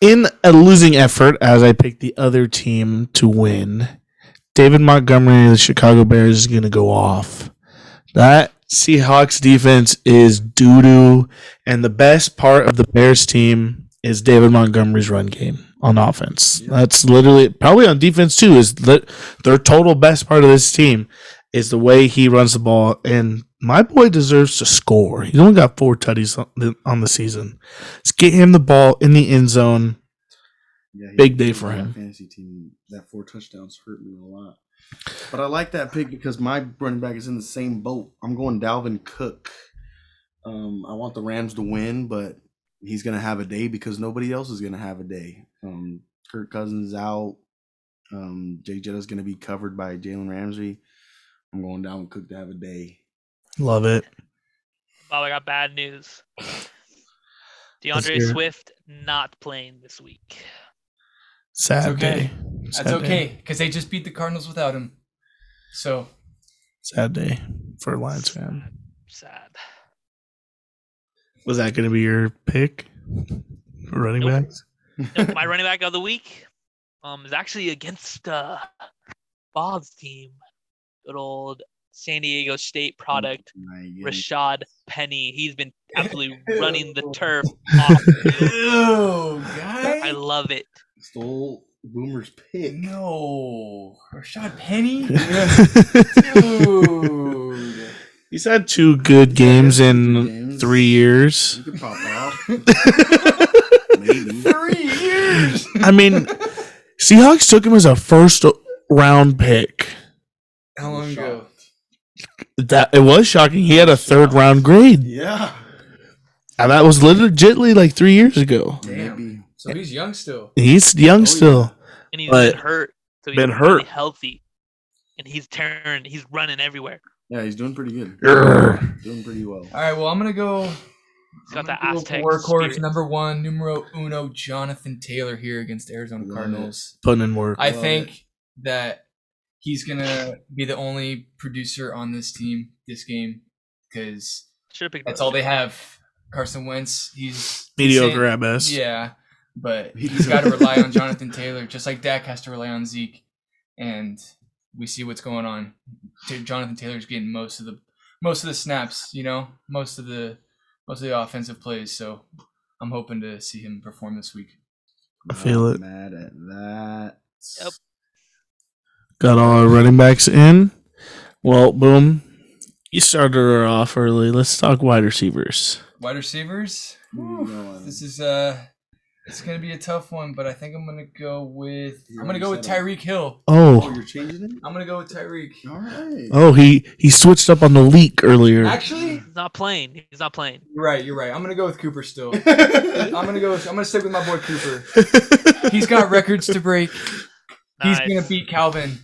Speaker 1: in a losing effort as I picked the other team to win, David Montgomery of the Chicago Bears is going to go off. That Seahawks defense is doo doo. And the best part of the Bears team is David Montgomery's run game on offense. That's literally, probably on defense too, is the, their total best part of this team is the way he runs the ball. And my boy deserves to score. He's only got four tutties on the, on the season. Let's get him the ball in the end zone.
Speaker 2: Yeah, he-
Speaker 1: Big day for
Speaker 2: my
Speaker 1: him.
Speaker 2: Fantasy team that four touchdowns hurt me a lot. But I like that pick because my running back is in the same boat. I'm going Dalvin Cook. Um, I want the Rams to win, but he's gonna have a day because nobody else is gonna have a day. Um, Kirk Cousins out. Um, Jay Jetta's gonna be covered by Jalen Ramsey. I'm going Dalvin Cook to have a day.
Speaker 1: Love it.
Speaker 3: Bob, I got bad news.
Speaker 1: Let's
Speaker 3: DeAndre
Speaker 1: hear it.
Speaker 3: Swift not playing this week.
Speaker 1: Sad
Speaker 4: It's okay.
Speaker 1: day.
Speaker 4: That's okay because they just beat the Cardinals without him. So
Speaker 1: Sad day for Lions fan.
Speaker 3: Sad.
Speaker 1: Was that going to be your pick? Running
Speaker 3: Nope.
Speaker 1: backs?
Speaker 3: Nope, my running back of the week, Um, is actually against uh, Bob's team, good old San Diego State product
Speaker 2: My goodness.
Speaker 3: Rashad Penny. He's been absolutely running the turf. Off.
Speaker 5: Ew,
Speaker 3: I
Speaker 5: guy.
Speaker 3: love it.
Speaker 2: stole Boomer's pick.
Speaker 5: No, Rashad Penny.
Speaker 4: Dude.
Speaker 1: He's had two good games in
Speaker 2: Games.
Speaker 1: three years.
Speaker 2: You could pop off. Maybe.
Speaker 5: Three years.
Speaker 1: I mean, Seahawks took him as a first round pick.
Speaker 4: How long ago?
Speaker 1: That it was shocking. He had a third round grade.
Speaker 2: Yeah.
Speaker 1: And that was legitimately like three years ago.
Speaker 5: Damn.
Speaker 2: Maybe.
Speaker 4: So he's young still.
Speaker 1: He's young
Speaker 2: Oh,
Speaker 1: still.
Speaker 3: And he's
Speaker 1: But-
Speaker 3: been hurt. So he's
Speaker 1: Been
Speaker 3: been
Speaker 1: hurt.
Speaker 3: Healthy. And he's turned. He's running everywhere.
Speaker 2: Yeah, he's doing pretty good.
Speaker 1: Grr.
Speaker 2: Doing pretty well.
Speaker 4: All right, well, I'm going to go
Speaker 3: He's got
Speaker 4: I'm
Speaker 3: that
Speaker 4: gonna go
Speaker 3: Aztec
Speaker 4: Workhorse
Speaker 3: spirit.
Speaker 4: number one, numero uno, Jonathan Taylor here against Arizona
Speaker 2: Love
Speaker 4: Cardinals.
Speaker 1: Putting in work.
Speaker 4: I
Speaker 2: Love
Speaker 4: think
Speaker 2: it.
Speaker 4: that he's gonna be the only producer on this team this game because
Speaker 3: Should've picked
Speaker 4: that's
Speaker 3: him.
Speaker 4: all they have. Carson Wentz, he's
Speaker 1: Mediocre
Speaker 4: decent.
Speaker 1: at best.
Speaker 4: Yeah, but
Speaker 2: He's
Speaker 4: he's got to rely on Jonathan Taylor, just like Dak has to rely on Zeke. And we see what's going on. J- Jonathan Taylor's getting most of the most of the snaps, you know, most of the most of the offensive plays. So I'm hoping to see him perform this week.
Speaker 1: I feel it.
Speaker 2: Mad at that.
Speaker 3: Yep.
Speaker 1: Got all our running backs in. Well, boom. You started her off early. Let's talk wide receivers.
Speaker 4: Wide receivers.
Speaker 2: Who you going?
Speaker 4: This is uh, it's gonna be a tough one, but I think I'm gonna go with
Speaker 2: You
Speaker 4: I'm gonna
Speaker 2: already
Speaker 4: go with
Speaker 2: said it.
Speaker 4: Tyreek Hill.
Speaker 2: Oh,
Speaker 1: Oh,
Speaker 2: you're changing it?
Speaker 4: I'm gonna go with Tyreek.
Speaker 2: All right.
Speaker 1: oh, he he switched up on the leak earlier.
Speaker 4: Actually,
Speaker 3: He's not playing. He's not playing.
Speaker 4: you're right. You're right. I'm gonna go with Cooper still.
Speaker 2: Oh.
Speaker 4: I'm gonna go. I'm gonna stick with my boy Cooper. He's got records to break. He's
Speaker 3: Nice.
Speaker 4: gonna beat Calvin.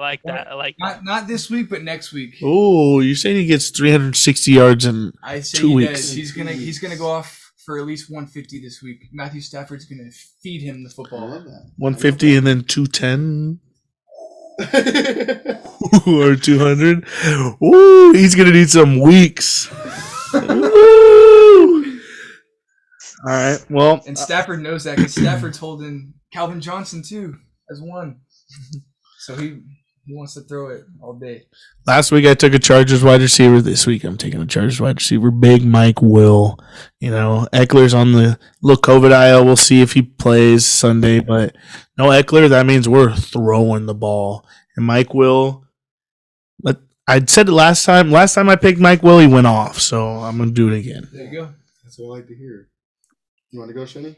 Speaker 3: I like that. I like that.
Speaker 4: Not not this week, but next week.
Speaker 1: Oh, you're saying he gets 360 yards and
Speaker 4: I say
Speaker 1: Two
Speaker 4: he
Speaker 1: weeks.
Speaker 4: does. He's gonna he's gonna go off for at least 150 this week. Matthew Stafford's gonna feed him the
Speaker 2: I
Speaker 4: football.
Speaker 2: love that.
Speaker 1: 150 and then 210 or 200. Ooh, he's going to need some weeks. Ooh. All right. Well, uh,
Speaker 4: And Stafford knows that because Stafford's holding Calvin Johnson too as one. So he he wants to throw it all day.
Speaker 1: last week I took a Chargers wide receiver. This week I'm taking a Chargers wide receiver. Big Mike Will. You know, Eckler's on the little COVID aisle. We'll see if he plays Sunday, but no Eckler. That means we're throwing the ball. And Mike Will, but I said it last time. Last time I picked Mike Will, he went off. So I'm going to do it again.
Speaker 4: There you go.
Speaker 2: That's what I like to hear. You want to go, Shinny?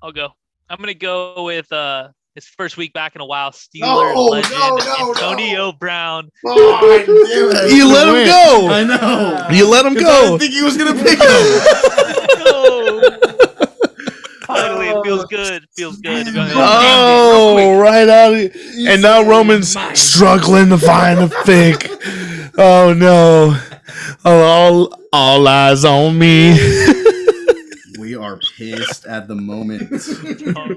Speaker 3: I'll go. I'm gonna go with uh his first week back in a while. Steelers
Speaker 2: No,
Speaker 3: legend
Speaker 2: no, no,
Speaker 3: Antonio Brown.
Speaker 2: Oh, I knew it.
Speaker 1: You let him go.
Speaker 2: I know.
Speaker 1: You let him
Speaker 2: 'Cause I
Speaker 1: go.
Speaker 2: didn't think he was going to pick him.
Speaker 3: No. Finally, it
Speaker 4: Oh,
Speaker 3: feels good. Feels good. to be on the other team.
Speaker 1: Oh, right out. Of, and now Roman's struggling to find a pick. Oh no! Oh, all all eyes on me.
Speaker 2: we are pissed at the moment. Uh,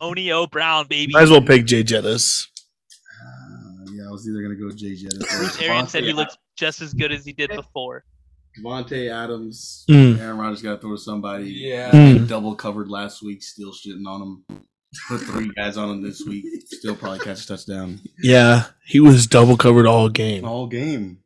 Speaker 3: Antonio Brown, baby.
Speaker 1: Oh. Might as well pick Jay Jettas.
Speaker 2: Uh, yeah, I was either going to go Jay Jettis or
Speaker 3: Aaron said he
Speaker 2: Devontae-
Speaker 3: looks just as good as he did before.
Speaker 2: Devontae Adams.
Speaker 1: Mm.
Speaker 2: Aaron Rodgers got to throw to somebody.
Speaker 4: Yeah.
Speaker 1: Mm.
Speaker 2: Got Double covered last week, still shitting on him. Put three guys on him this week, still probably catch a touchdown.
Speaker 1: Yeah, he was double covered all game.
Speaker 2: All game.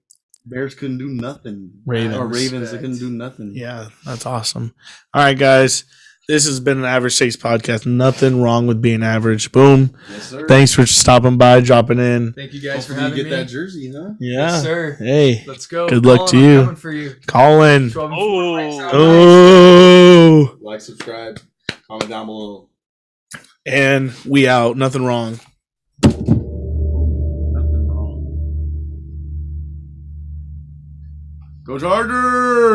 Speaker 2: Bears couldn't do nothing.
Speaker 1: Ravens.
Speaker 2: Or Ravens, they
Speaker 4: Respect.
Speaker 2: couldn't do nothing.
Speaker 1: Yeah, that's awesome. All right, guys, this has been an average six podcast. Nothing wrong with being average. Boom!
Speaker 2: Yes, sir.
Speaker 1: Thanks for stopping by, dropping in.
Speaker 4: Thank you guys
Speaker 2: Hopefully
Speaker 4: for having
Speaker 2: you get
Speaker 4: me.
Speaker 2: that jersey, huh?
Speaker 4: Yes,
Speaker 1: Yeah.
Speaker 4: sir.
Speaker 1: Hey,
Speaker 4: Let's go.
Speaker 1: Good luck
Speaker 4: Colin,
Speaker 1: to
Speaker 4: I'm
Speaker 1: you.
Speaker 4: coming for you.
Speaker 1: Colin.
Speaker 4: 12 and four.
Speaker 3: Oh,
Speaker 1: Oh.
Speaker 2: Like, subscribe, comment down below.
Speaker 1: and we out. Nothing wrong.
Speaker 2: Nothing wrong. Go Chargers!